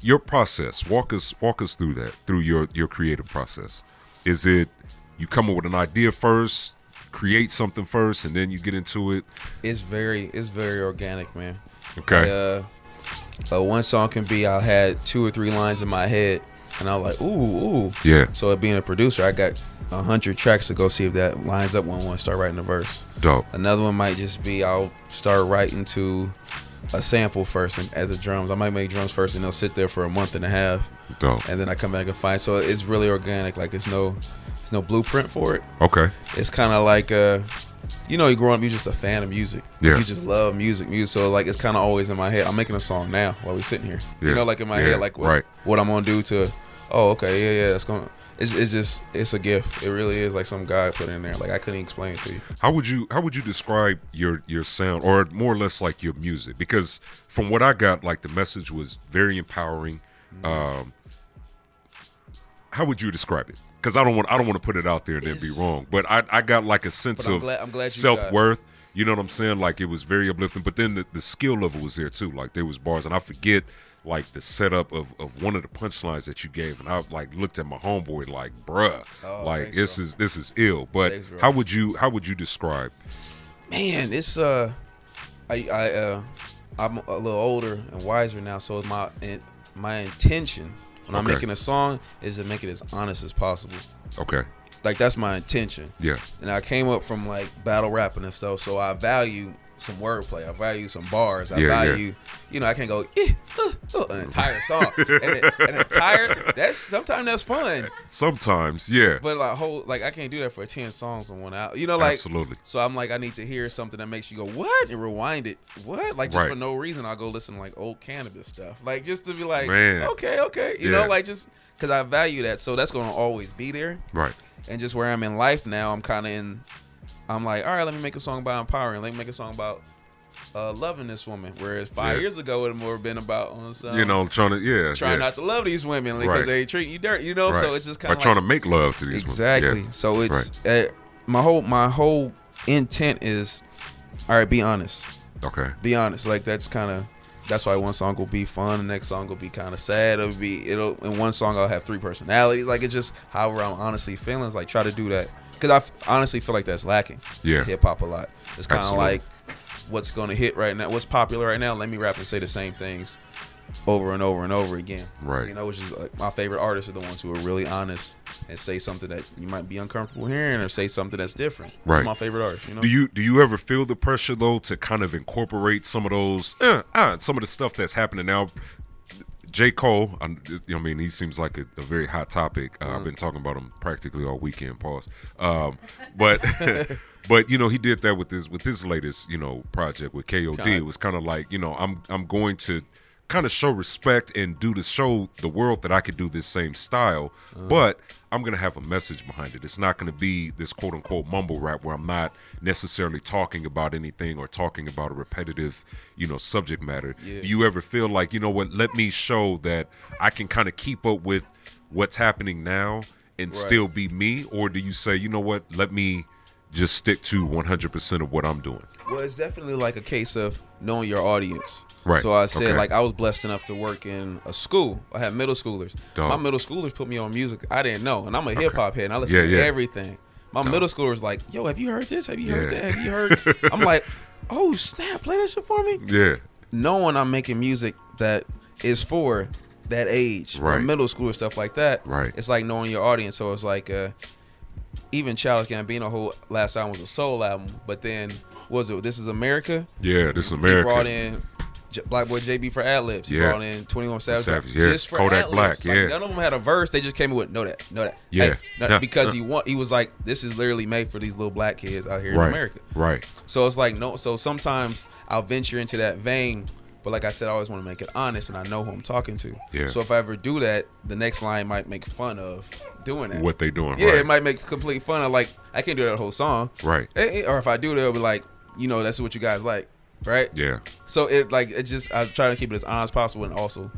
Speaker 4: your process, walk us walk us through that, through your your creative process. Is it you come up with an idea first, create something first, and then you get into it?
Speaker 8: it's very it's very organic man
Speaker 4: Okay.
Speaker 8: uh, uh, one song can be I had two or three lines in my head, and I'm like, ooh, ooh.
Speaker 4: Yeah.
Speaker 8: So being a producer, I got a hundred tracks to go see if that lines up when one start writing a verse.
Speaker 4: Dope.
Speaker 8: Another one might just be I'll start writing to a sample first and at the drums. I might make drums first, and they'll sit there for a month and a half,
Speaker 4: Dope.
Speaker 8: and then I come back and find. So it's really organic. Like it's no, it's no blueprint for it
Speaker 4: Okay.
Speaker 8: it's kind of like uh you know you growing up you're just a fan of music
Speaker 4: Yeah.
Speaker 8: you just love music music so like it's kind of always in my head i'm making a song now while we're sitting here
Speaker 4: Yeah.
Speaker 8: you know like in my
Speaker 4: Yeah.
Speaker 8: head like what,
Speaker 4: Right.
Speaker 8: what i'm gonna do to oh okay yeah yeah that's gonna it's, it's just it's a gift it really is like some guy put in there like i couldn't explain it to you
Speaker 4: How would you how would you describe your your sound or more or less like your music? Because from what I got, like the message was very empowering.
Speaker 8: Mm-hmm.
Speaker 4: Um, how would you describe it? Because I don't want I don't want to put it out there and then be
Speaker 8: It's-
Speaker 4: wrong. But I, I got like a sense
Speaker 8: But I'm
Speaker 4: of
Speaker 8: glad- I'm glad you got-
Speaker 4: self worth. You know what I'm saying? Like it was very uplifting. But then the, the skill level was there too. Like there was bars, and I forget like the setup of, of one of the punchlines that you gave, and I like looked at my homeboy like, bruh,
Speaker 8: Oh,
Speaker 4: like
Speaker 8: thanks,
Speaker 4: this
Speaker 8: bro.
Speaker 4: is this is ill. But
Speaker 8: Thanks, bro.
Speaker 4: how would you how would you describe
Speaker 8: man it's uh i i uh i'm a little older and wiser now so my in- my intention when i'm
Speaker 4: Okay.
Speaker 8: making a song is to make it as honest as possible
Speaker 4: Okay.
Speaker 8: like that's my intention
Speaker 4: Yeah.
Speaker 8: and I came up from like battle rapping and stuff, so I value some wordplay. I value some bars. I
Speaker 4: Yeah, yeah.
Speaker 8: value, you know, I can't go "Eh, uh, uh," an entire
Speaker 4: [laughs]
Speaker 8: song, an, an entire. That's sometimes that's fun,
Speaker 4: Sometimes, yeah.
Speaker 8: but like whole like I can't do that for ten songs in one hour. You know, like
Speaker 4: Absolutely.
Speaker 8: So I'm like, I need to hear something that makes you go what and rewind it. What like just
Speaker 4: Right.
Speaker 8: for no reason? I will go listen to like old cannabis stuff, like just to be like,
Speaker 4: Man.
Speaker 8: okay, okay, you
Speaker 4: Yeah.
Speaker 8: know, like just because I value that. So that's gonna always be there
Speaker 4: Right.
Speaker 8: and just where I'm in life now, I'm kind of in I'm like, all right, let me make a song about empowering. Let me make a song about uh, loving this woman. Whereas five
Speaker 4: Yeah.
Speaker 8: years ago, it would have been about on some,
Speaker 4: you know, trying to yeah,
Speaker 8: trying
Speaker 4: yeah.
Speaker 8: um, not to love these women because
Speaker 4: Right.
Speaker 8: they treat you dirty. You know, so it's just kind
Speaker 4: Or
Speaker 8: of
Speaker 4: trying to make love to these
Speaker 8: exactly.
Speaker 4: women. Yeah.
Speaker 8: So it's uh, my whole my whole intent is, all right, be honest,
Speaker 4: okay.
Speaker 8: be honest. Like that's kind of that's why one song will be fun, the next song will be kind of sad. It'll be it'll in one song I'll have three personalities. Like it's just however I'm honestly feeling. It's like try to do that because I f- honestly feel like that's lacking.
Speaker 4: Yeah.
Speaker 8: hip hop a lot. It's kind of
Speaker 4: Absolutely.
Speaker 8: like what's gonna hit right now, what's popular right now. Let me rap and say the same things over and over and over again.
Speaker 4: Right.
Speaker 8: You know, which is like my favorite artists are the ones who are really honest and say something that you might be uncomfortable hearing or say something that's different. That's
Speaker 4: Right.
Speaker 8: my favorite artist. You know.
Speaker 4: Do you do you ever feel the pressure though to kind of incorporate some of those uh, uh, some of the stuff that's happening now? J. Cole, i I mean, he seems like a, a very hot topic. Uh, I've been
Speaker 8: Mm.
Speaker 4: talking about him practically all weekend. Pause. Um, but [laughs] but you know, he did that with his with his latest you know project with K.O.D. It was kind of like you know I'm I'm going to kind of show respect and do to show the world that I could do this same style, but I'm gonna have a message behind it. It's not gonna be this quote unquote mumble rap where I'm not necessarily talking about anything or talking about a repetitive, you know, subject matter. Do you ever feel like, you know what, let me show that I can kind of keep up with what's happening now and still be me? Or do you say, you know what, let me just stick to 100% of what I'm doing?
Speaker 8: Well, it's definitely like a case of knowing your audience.
Speaker 4: Right.
Speaker 8: So I said,
Speaker 4: Okay.
Speaker 8: like, I was blessed enough to work in a school. I had middle schoolers.
Speaker 4: Dope.
Speaker 8: My middle schoolers put me on music I didn't know, and I'm a hip hop head, and I listen
Speaker 4: Yeah,
Speaker 8: to
Speaker 4: yeah.
Speaker 8: everything. My middle schooler's like, "Yo, have you heard this? Have you heard
Speaker 4: Yeah.
Speaker 8: that? Have you heard?" I'm
Speaker 4: [laughs]
Speaker 8: like, "Oh snap! Play that shit for me."
Speaker 4: Yeah.
Speaker 8: Knowing I'm making music that is for that age, for
Speaker 4: Right.
Speaker 8: middle school and stuff like that.
Speaker 4: Right.
Speaker 8: It's like knowing your audience. So it's like, uh, even Childish Gambino, who last album was a soul album, but then what was it This Is America?
Speaker 4: Yeah, this is
Speaker 8: He brought
Speaker 4: America.
Speaker 8: in J- Black Boy JB for ad libs. He
Speaker 4: Yeah.
Speaker 8: brought in 21 Savage,
Speaker 4: Savage, yeah.
Speaker 8: just for
Speaker 4: Kodak
Speaker 8: ad-libs. Like,
Speaker 4: Black, yeah.
Speaker 8: None of them had a verse. They just came in with no that, no that.
Speaker 4: Yeah.
Speaker 8: Hey, no-
Speaker 4: Yeah.
Speaker 8: because he want he was like, this is literally made for these little black kids out here in
Speaker 4: Right.
Speaker 8: America.
Speaker 4: Right.
Speaker 8: So it's like no. So sometimes I'll venture into that vein, but like I said, I always want to make it honest, and I know who I'm talking to.
Speaker 4: Yeah.
Speaker 8: So if I ever do that, the next line might make fun of doing that.
Speaker 4: What they doing,
Speaker 8: Yeah,
Speaker 4: right.
Speaker 8: it might make complete fun of like I can't do that whole song.
Speaker 4: Right.
Speaker 8: Eh, eh, Or if I do, they'll be like, you know, that's what you guys like, right?
Speaker 4: Yeah.
Speaker 8: So it like it just I try to keep it as honest as possible, and also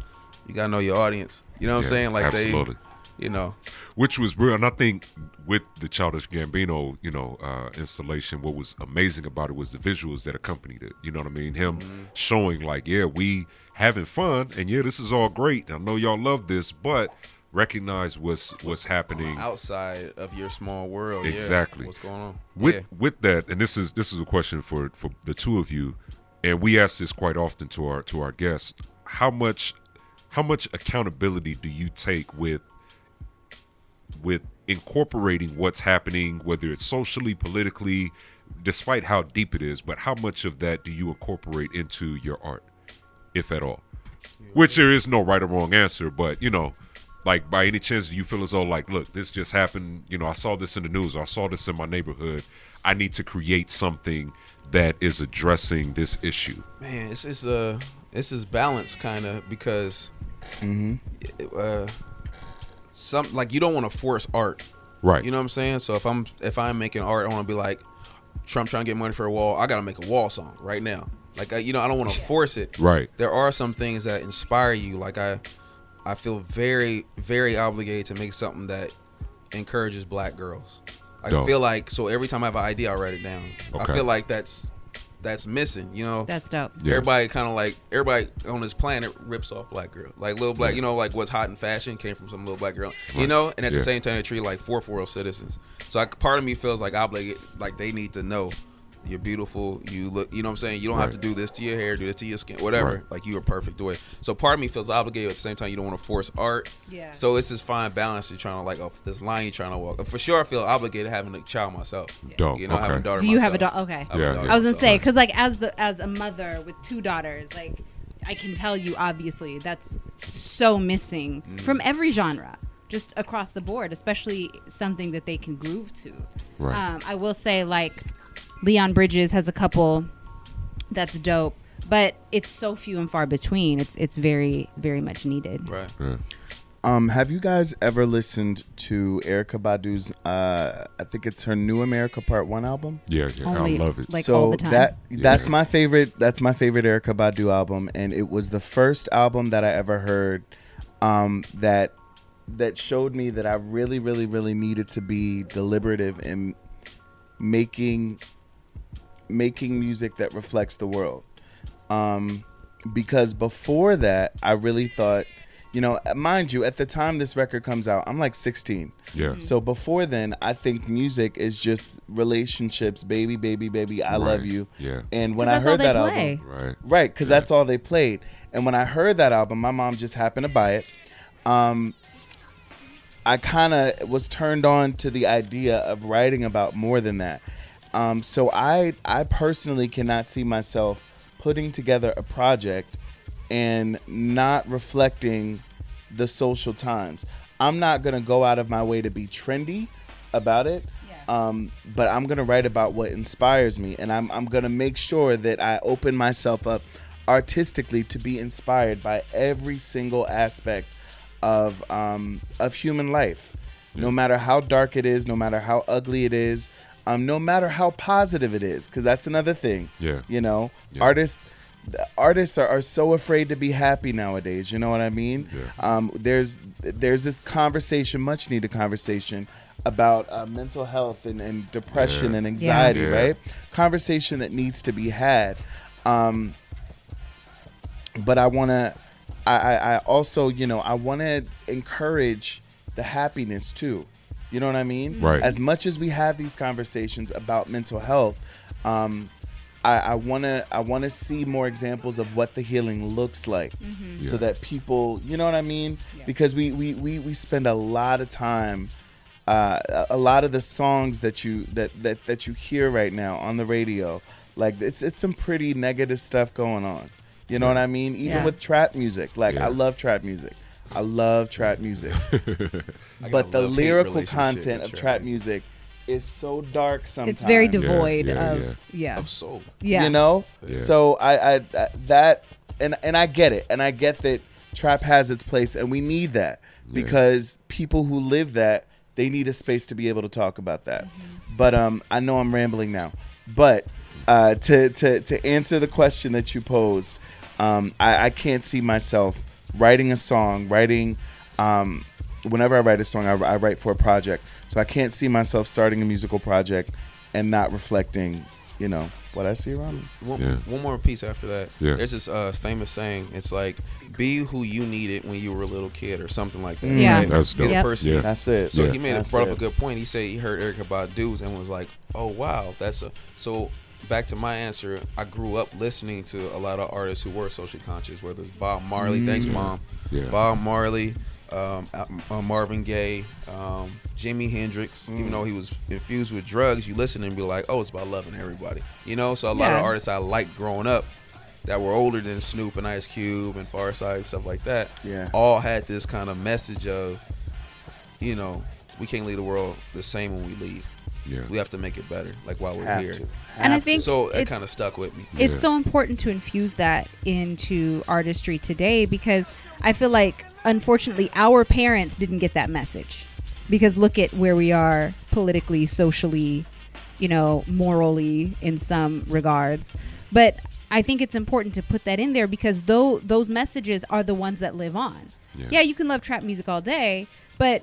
Speaker 8: you gotta know your audience. You know what
Speaker 4: Yeah,
Speaker 8: I'm saying? Like
Speaker 4: absolutely.
Speaker 8: they, you know,
Speaker 4: which was real. And I think with the Childish Gambino, you know, uh, installation, what was amazing about it was the visuals that accompanied it. You know what I mean? Him showing like, yeah, we having fun, and yeah, this is all great. and I know y'all love this, but recognize what's what's happening
Speaker 8: outside of your small world. yeah,
Speaker 4: Exactly.
Speaker 8: what's going on?
Speaker 4: with
Speaker 8: yeah.
Speaker 4: with that and this is this is a question for for the two of you and we ask this quite often to our to our guests how much how much accountability do you take with with incorporating what's happening whether it's socially politically despite how deep it is but how much of that do you incorporate into your art if at all which there is no right or wrong answer, but you know, like by any chance do you feel as though like, look, this just happened, you know, I saw this in the news, or I saw this in my neighborhood. I need to create something that is addressing this issue.
Speaker 8: man, it's it's uh it's this balance kind of because
Speaker 4: Mm-hmm.
Speaker 8: uh, some like you don't want to force art,
Speaker 4: Right.
Speaker 8: You know what I'm saying? So if I'm if I'm making art, I want to be like Trump trying to get money for a wall. I gotta make a wall song right now. Like I, you know, I don't want to force it.
Speaker 4: Right.
Speaker 8: There are some things that inspire you. Like I, I feel very very obligated to make something that encourages black girls. I
Speaker 4: Dope.
Speaker 8: feel like so every time I have an idea, I write it down.
Speaker 4: Okay.
Speaker 8: I feel like that's that's missing. You know.
Speaker 5: That's dope.
Speaker 4: Yeah.
Speaker 8: Everybody kind of like everybody on this planet rips off black girl, like little black. You know, like what's hot in fashion came from some little black girl. You know, and at
Speaker 4: Yeah.
Speaker 8: the same time, they treat like fourth world citizens. So like, part of me feels like obligated, like they need to know you're beautiful. You look, you know what I'm saying. You don't have to
Speaker 4: Right.
Speaker 8: do this to your hair, do this to your skin, whatever.
Speaker 4: Right.
Speaker 8: Like you are perfect the way. So part of me feels obligated. At the same time, you don't want to force art.
Speaker 5: Yeah.
Speaker 8: So it's this fine balance you're trying to like, oh, this line you're trying to walk. For sure, I feel obligated having a child myself.
Speaker 4: Dope.
Speaker 8: You know, I have a
Speaker 4: Okay.
Speaker 8: daughter.
Speaker 5: Do you have a
Speaker 8: myself.
Speaker 5: daughter? Okay.
Speaker 8: I have a
Speaker 4: Yeah,
Speaker 8: daughter
Speaker 4: yeah.
Speaker 5: I was gonna
Speaker 8: myself.
Speaker 5: say because like as the as a mother with two daughters, like I can tell you obviously that's so missing
Speaker 4: Mm.
Speaker 5: from every genre, just across the board, especially something that they can groove to.
Speaker 4: Right.
Speaker 5: Um, I will say like Leon Bridges has a couple that's dope, but it's so few and far between. It's it's very very much needed.
Speaker 8: Right.
Speaker 7: Um, have you guys ever listened to Erica Badu's? Uh, I think it's her New America Part One album.
Speaker 4: Yeah, yeah,
Speaker 5: Only-
Speaker 4: I love it.
Speaker 5: like-
Speaker 4: Like,
Speaker 7: so
Speaker 5: all the time.
Speaker 7: that that's
Speaker 4: Yeah.
Speaker 7: my favorite. That's my favorite Erica Badu album, and it was the first album that I ever heard um, that that showed me that I really, really, really needed to be deliberative in making making music that reflects the world. Um, because before that, I really thought, you know, mind you, at the time this record comes out, I'm like 16.
Speaker 4: yeah,
Speaker 7: So before then, I think music is just relationships, baby, baby, baby, I love
Speaker 4: Right,
Speaker 7: you.
Speaker 4: yeah.
Speaker 7: And when
Speaker 5: 'Cause
Speaker 7: I
Speaker 5: that's all
Speaker 7: heard
Speaker 5: they
Speaker 7: that
Speaker 5: play.
Speaker 7: album,
Speaker 4: right.
Speaker 7: right? Because that's all they played. And when I heard that album, my mom just happened to buy it. Um, I kind of was turned on to the idea of writing about more than that. Um, so I, I personally cannot see myself putting together a project and not reflecting the social times. I'm not gonna go out of my way to be trendy about it, um, but I'm gonna write about what inspires me, and I'm I'm gonna make sure that I open myself up artistically to be inspired by every single aspect of um, of human life, no matter how dark it is, no matter how ugly it is, um, no matter how positive it is, because that's another thing.
Speaker 4: Yeah.
Speaker 7: you know, artists. the Artists are, are so afraid to be happy nowadays. You know what I mean? Um, there's there's this conversation, much needed conversation, about uh, mental health and, and depression
Speaker 4: Yeah.
Speaker 7: and anxiety,
Speaker 4: Yeah.
Speaker 7: right? Conversation that needs to be had. Um, but I want to. I, I, I also, you know, I want to encourage the happiness too. You know what I mean?
Speaker 4: Right.
Speaker 7: As much as we have these conversations about mental health, um, I, I wanna I wanna see more examples of what the healing looks like, so
Speaker 4: Yeah.
Speaker 7: that people, you know what I mean? Because we we, we we spend a lot of time. Uh, a- a lot of the songs that you that, that that you hear right now on the radio, like it's it's some pretty negative stuff going on. You know what I mean? Even
Speaker 5: Yeah.
Speaker 7: with trap music, like
Speaker 4: Yeah.
Speaker 7: I love trap music. I love trap music, but the
Speaker 8: love-hate
Speaker 7: lyrical
Speaker 8: relationship
Speaker 7: content
Speaker 8: with
Speaker 7: of trap
Speaker 8: trap
Speaker 7: music is so dark sometimes.
Speaker 5: It's very devoid
Speaker 4: yeah,
Speaker 5: of yeah.
Speaker 8: Of soul.
Speaker 5: yeah.
Speaker 7: You know?
Speaker 4: Yeah.
Speaker 7: So I, I, I that and and I get it. And I get that trap has its place and we need that because people who live that, they need a space to be able to talk about that. But um I know I'm rambling now. But uh to to to answer the question that you posed, um I, I can't see myself writing a song, writing um whenever I write a song, I, I write for a project. So I can't see myself starting a musical project and not reflecting, you know, what I see around me.
Speaker 8: One,
Speaker 4: Yeah.
Speaker 8: one more piece after that.
Speaker 4: Yeah.
Speaker 8: There's this uh, famous saying. It's like, be who you needed when you were a little kid, or something like that.
Speaker 5: Yeah.
Speaker 8: right?
Speaker 4: That's
Speaker 8: be the
Speaker 4: dope.
Speaker 8: person.
Speaker 4: Yeah.
Speaker 7: That's it.
Speaker 8: So
Speaker 4: Yeah.
Speaker 8: he made a,
Speaker 7: That's
Speaker 8: brought up
Speaker 7: it.
Speaker 8: a good point. He said he heard Erica Badu's and was like, "Oh wow, that's a." So back to my answer, I grew up listening to a lot of artists who were socially conscious, whether it's Bob Marley, thanks mom,
Speaker 4: Mm. Yeah.
Speaker 8: Bob Marley, um, uh, uh, Marvin Gaye, um, Jimi Hendrix.
Speaker 7: Mm.
Speaker 8: Even though he was infused with drugs, you listen and be like, "Oh, it's about loving everybody," you know. So a lot
Speaker 5: Yeah.
Speaker 8: of artists I liked growing up. That were older than Snoop and Ice Cube and Farside stuff like that.
Speaker 7: Yeah.
Speaker 8: all had this kind of message of you know, we can't leave the world the same when we leave.
Speaker 4: yeah,
Speaker 8: We have to make it better, like while we're
Speaker 7: Have
Speaker 8: here.
Speaker 7: to.
Speaker 5: And I
Speaker 7: Have to.
Speaker 5: think-
Speaker 8: So it
Speaker 5: It's-
Speaker 8: kind of stuck with me.
Speaker 5: it's
Speaker 4: Yeah.
Speaker 5: so important to infuse that into artistry today because I feel like unfortunately our parents didn't get that message because look at where we are politically, socially, you know, morally in some regards. But I think it's important to put that in there because though those messages are the ones that live on.
Speaker 4: Yeah.
Speaker 5: yeah you can love trap music all day, but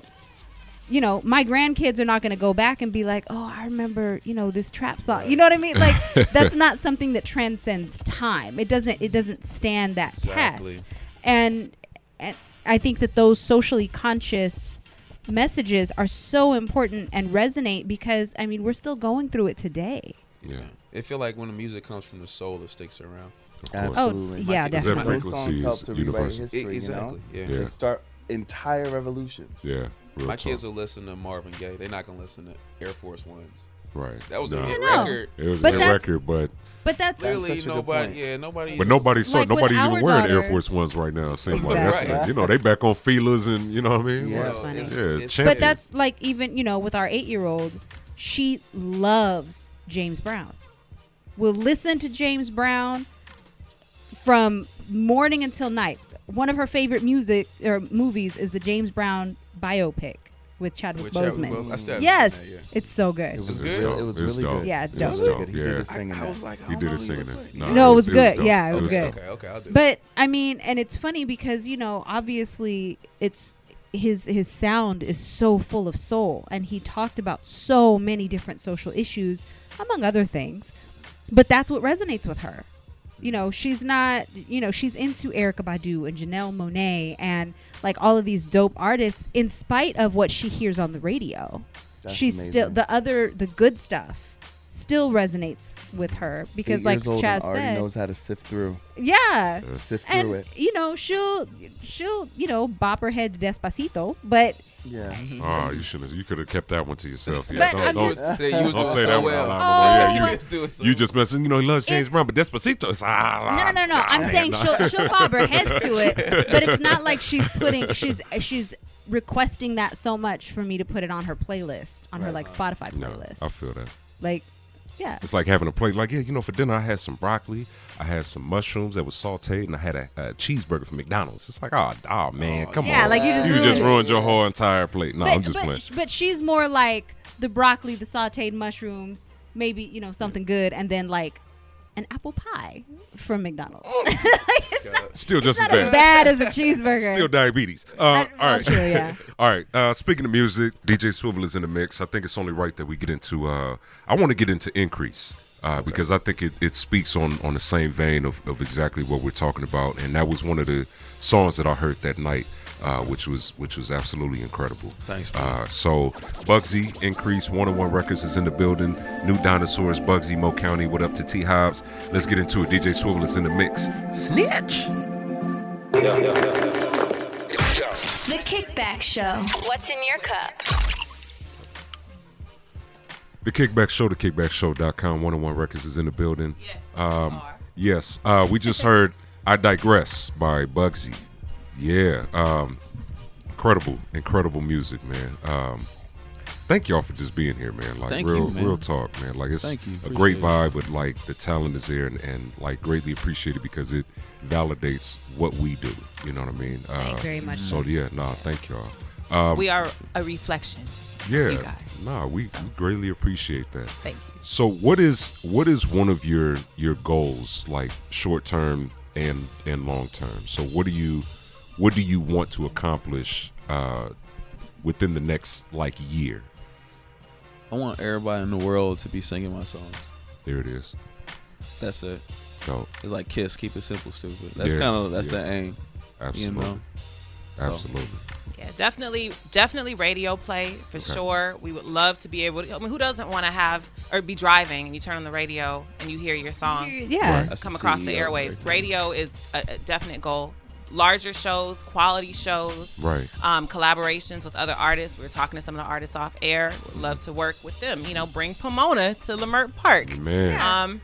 Speaker 5: you know, my grandkids are not going to go back and be like, "Oh, I remember, you know, this trap song." You know what I mean? Like that's not something that transcends time. It doesn't it doesn't stand that
Speaker 8: Exactly.
Speaker 5: test. And and I think that those socially conscious messages are so important and resonate because I mean, we're still going through it today.
Speaker 4: yeah.
Speaker 8: It feel like when the music comes from the soul, it sticks around.
Speaker 7: Absolutely.
Speaker 5: Oh, yeah,
Speaker 8: Like,
Speaker 7: Those
Speaker 5: definitely.
Speaker 4: That frequency
Speaker 7: songs
Speaker 4: is
Speaker 7: help to rewrite
Speaker 4: universal.
Speaker 7: history,
Speaker 8: E- exactly.
Speaker 7: you know?
Speaker 8: Yeah.
Speaker 4: Yeah.
Speaker 7: They start entire revolutions.
Speaker 4: Yeah, real
Speaker 8: My
Speaker 4: talk.
Speaker 8: kids will listen to Marvin Gaye. They're not gonna listen to Air Force Ones.
Speaker 4: Right.
Speaker 8: That was a
Speaker 4: No.
Speaker 8: hit
Speaker 5: No.
Speaker 8: record.
Speaker 4: It was
Speaker 5: But
Speaker 4: a good
Speaker 5: that's-
Speaker 4: record, but
Speaker 5: But that's
Speaker 7: such a
Speaker 8: Literally
Speaker 7: good point.
Speaker 8: nobody. Yeah, nobody.
Speaker 4: but nobody saw
Speaker 5: Like with
Speaker 4: nobody's
Speaker 5: our
Speaker 4: even wearing Air
Speaker 5: daughter-
Speaker 4: Force Ones right now. It seems
Speaker 5: Exactly.
Speaker 4: like that's
Speaker 8: Right.
Speaker 4: you know they back on feelers and you know what I mean.
Speaker 7: Yeah.
Speaker 4: Like,
Speaker 7: That's
Speaker 8: So
Speaker 5: funny.
Speaker 8: it's-
Speaker 4: Yeah,
Speaker 8: it's-
Speaker 4: champion.
Speaker 5: But that's like even you know with our eight year old, she loves James Brown. Will listen to James Brown from morning until night. one of her favorite music or movies is the James Brown biopic with Chadwick
Speaker 8: With Chadwick
Speaker 5: Boseman.
Speaker 8: Boseman. I still haven't
Speaker 5: yes,
Speaker 8: seen that yet.
Speaker 5: it's so good.
Speaker 7: It was,
Speaker 4: It's
Speaker 7: really,
Speaker 4: dope.
Speaker 7: it was
Speaker 4: It's
Speaker 7: really
Speaker 4: dope.
Speaker 7: good.
Speaker 5: Yeah, it's
Speaker 7: It was
Speaker 5: dope.
Speaker 7: really good. He
Speaker 4: Yeah.
Speaker 7: did his thing in
Speaker 8: I,
Speaker 7: that.
Speaker 8: was like, I
Speaker 4: He
Speaker 8: don't
Speaker 4: did
Speaker 8: know
Speaker 4: his
Speaker 8: he
Speaker 4: singing.
Speaker 8: looks like-
Speaker 4: in it.
Speaker 5: No, it was good.
Speaker 4: dope.
Speaker 5: Yeah, it was [laughs] good.
Speaker 4: dope.
Speaker 8: Okay, okay, I'll do. it.
Speaker 5: But I mean, and it's funny because you know, obviously, it's his his sound is so full of soul, and he talked about so many different social issues, among other things. But that's what resonates with her. You know, she's not. You know, she's into Erica Badu and Janelle Monet and like all of these dope artists, in spite of what she hears on the radio.
Speaker 7: That's
Speaker 5: she's still
Speaker 7: amazing.
Speaker 5: the other, the good stuff. Still resonates with her because,
Speaker 7: Eight
Speaker 5: like
Speaker 7: years old
Speaker 5: Chaz
Speaker 7: and already
Speaker 5: said,
Speaker 7: knows how to sift through,
Speaker 5: yeah,
Speaker 7: sift through
Speaker 5: and
Speaker 7: it.
Speaker 5: you know she'll she'll you know bop her head despacito but
Speaker 7: Yeah,
Speaker 4: Oh, you should have. You could have kept that one to yourself. Yeah,
Speaker 5: But
Speaker 4: don't,
Speaker 5: I'm
Speaker 4: don't,
Speaker 5: just-
Speaker 8: Yeah, you was
Speaker 4: don't
Speaker 8: doing
Speaker 4: say
Speaker 8: so
Speaker 4: that one
Speaker 8: well.
Speaker 4: out loud.
Speaker 5: Oh,
Speaker 4: no more. yeah,
Speaker 5: my-
Speaker 4: you,
Speaker 8: was doing so
Speaker 4: you just messing. You know, he loves James
Speaker 5: It's-
Speaker 4: Brown, but Despacito is ah,
Speaker 5: no no no no i'm
Speaker 4: damn,
Speaker 5: saying
Speaker 4: no.
Speaker 5: she'll she'll bob her head to it but it's not like she's
Speaker 4: [laughs]
Speaker 5: putting she's she's requesting that so much for me to put it on her playlist on her like spotify
Speaker 4: No,
Speaker 5: playlist
Speaker 4: I feel that.
Speaker 5: like yeah
Speaker 4: It's like having a plate. Like, yeah, you know, for dinner I had some broccoli, I had some mushrooms that was sauteed, and I had a, a cheeseburger from McDonald's. It's like, oh, oh man, come
Speaker 5: yeah,
Speaker 4: on.
Speaker 5: like you just
Speaker 4: you
Speaker 5: ruined
Speaker 4: just
Speaker 5: it.
Speaker 4: ruined your whole entire plate. No,
Speaker 5: but,
Speaker 4: I'm just
Speaker 5: but,
Speaker 4: playing.
Speaker 5: but she's more like the broccoli the sauteed mushrooms maybe you know something
Speaker 4: Mm.
Speaker 5: good and then like an apple pie from mcdonald's
Speaker 4: Oh,
Speaker 5: [laughs]
Speaker 4: Still just as
Speaker 5: not as
Speaker 4: bad.
Speaker 5: bad as a cheeseburger
Speaker 4: Still diabetes. Uh,
Speaker 5: That-
Speaker 4: all right.
Speaker 5: that's true, yeah.
Speaker 4: [laughs] all right. Uh, speaking of music, DJ Swivel is in the mix. I think it's only right that we get into. Uh, I want to get into increase uh, because I think it, it speaks on on the same vein of, of exactly what we're talking about, and that was one of the songs that I heard that night, uh, which was which was absolutely incredible.
Speaker 8: Thanks, man.
Speaker 4: Uh, so Bugsy Increase 101 Records is in the building. New Dinosaurs, Bugsy, Mo County. What up to T Hobbs? Let's get into it. DJ Swivel is in the mix. Snitch.
Speaker 1: The Kickback Show. What's in your cup?
Speaker 4: The Kickback Show, the kickbackshow.com, 101 Records is in the building.
Speaker 6: Yes,
Speaker 4: Um,
Speaker 6: you are.
Speaker 4: yes, uh,
Speaker 9: [laughs]
Speaker 4: we just heard I Digress by Bugsy. Yeah, um, incredible, incredible music, man. Um, thank y'all for just being here, man. Like,
Speaker 9: Thank you,
Speaker 4: real
Speaker 9: man.
Speaker 4: real talk, man. Like, it's
Speaker 9: Thank you.
Speaker 4: a great
Speaker 9: Appreciate
Speaker 4: vibe, but like, the talent is there and, and like, greatly appreciated because it validates what we do. You know what I mean? Uh,
Speaker 5: Thank you very much.
Speaker 4: So, yeah, nah, thank y'all.
Speaker 6: we are a reflection.
Speaker 4: um, Yeah.
Speaker 6: you guys.
Speaker 4: Nah, we, we greatly appreciate that.
Speaker 6: Thank you.
Speaker 4: So what is what is one of your your goals like short term and and long term? So what do you what do you want to accomplish uh, within the next like year?
Speaker 9: I want everybody in the world to be singing my songs.
Speaker 4: There it is.
Speaker 9: That's it.
Speaker 4: Dope.
Speaker 9: It's like Kiss, keep it simple, stupid. That's
Speaker 4: Yeah,
Speaker 9: kind of that's
Speaker 4: yeah.
Speaker 9: the aim.
Speaker 4: Absolutely.
Speaker 9: You know. So,
Speaker 4: Absolutely.
Speaker 6: Yeah, definitely, definitely radio play for sure. We would love to be able to. I mean, who doesn't want to have or be driving and you turn on the radio and you hear your song?
Speaker 5: yeah
Speaker 9: that's
Speaker 6: come across the
Speaker 4: E
Speaker 9: CEO right
Speaker 6: airwaves.
Speaker 9: there.
Speaker 6: Radio is a, a definite goal. Larger shows, quality shows,
Speaker 4: Right.
Speaker 6: Um, collaborations with other artists. We were talking to some of the artists off air. Would love to work with them. You know, bring Pomona to Lamert Park.
Speaker 4: Man.
Speaker 6: Um,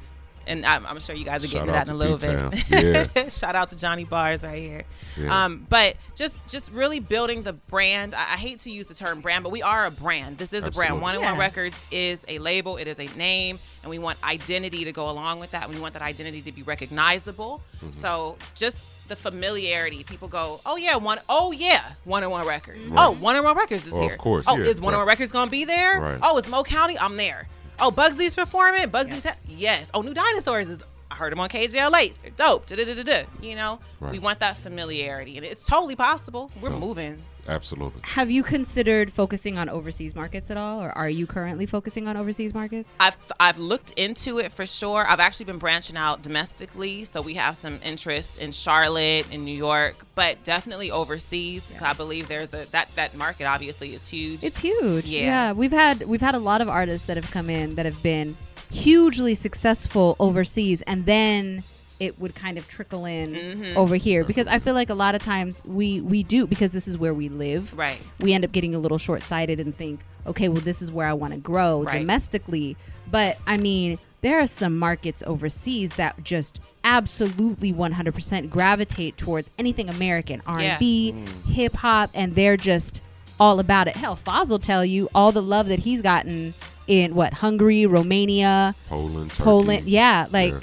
Speaker 6: and I'm, I'm sure you guys are
Speaker 4: Shout
Speaker 6: getting to
Speaker 4: out
Speaker 6: that in a
Speaker 4: to
Speaker 6: little
Speaker 4: P-Town.
Speaker 6: bit. [laughs] Shout out to Johnny Bars right here.
Speaker 4: Yeah.
Speaker 6: Um, but just just really building the brand. I, I hate to use the term brand, but we are a brand. This is a
Speaker 4: Absolutely.
Speaker 6: brand. One and one
Speaker 5: Yeah.
Speaker 6: Records is a label. It is a name, and we want identity to go along with that. We want that identity to be recognizable.
Speaker 4: Mm-hmm.
Speaker 6: So just the familiarity. People go, oh yeah, one, oh yeah, one and one Records.
Speaker 4: Right.
Speaker 6: Oh, one and one Records is
Speaker 4: Oh, of
Speaker 6: here.
Speaker 4: course,
Speaker 6: Oh,
Speaker 4: yeah,
Speaker 6: is one
Speaker 4: right.
Speaker 6: and one Records gonna be there?
Speaker 4: Right.
Speaker 6: Oh, is Mo County? I'm there. Oh, Bugsy's performing. Bugsy's ha- yes. Oh, New Dinosaurs is. I heard them on KJLH. They're dope. Da-da-da-da-da. You know, we
Speaker 4: Right.
Speaker 6: want that familiarity, and it's totally possible. We're moving.
Speaker 4: Absolutely.
Speaker 5: Have you considered focusing on overseas markets at all, or are you currently focusing on overseas markets?
Speaker 6: I've I've looked into it for sure. I've actually been branching out domestically, so we have some interest in Charlotte and New York, but definitely overseas. 'cause I believe there's a that that market obviously is huge.
Speaker 5: It's huge.
Speaker 6: Yeah.
Speaker 5: we've had we've had a lot of artists that have come in that have been hugely successful overseas, and then it would kind of trickle in over here because I feel like a lot of times we we do because this is where we live.
Speaker 6: Right.
Speaker 5: We end up getting a little short sighted and think, okay, well, this is where I want to grow
Speaker 6: Right.
Speaker 5: domestically, but I mean. There are some markets overseas that just absolutely 100% gravitate towards anything American,
Speaker 6: Yeah.
Speaker 5: R&B,
Speaker 4: Mm.
Speaker 5: hip hop, and they're just all about it. Hell, Foz will tell you all the love that he's gotten in what Hungary, Romania,
Speaker 4: Poland, Turkey.
Speaker 5: Poland. Yeah, like
Speaker 4: Yeah.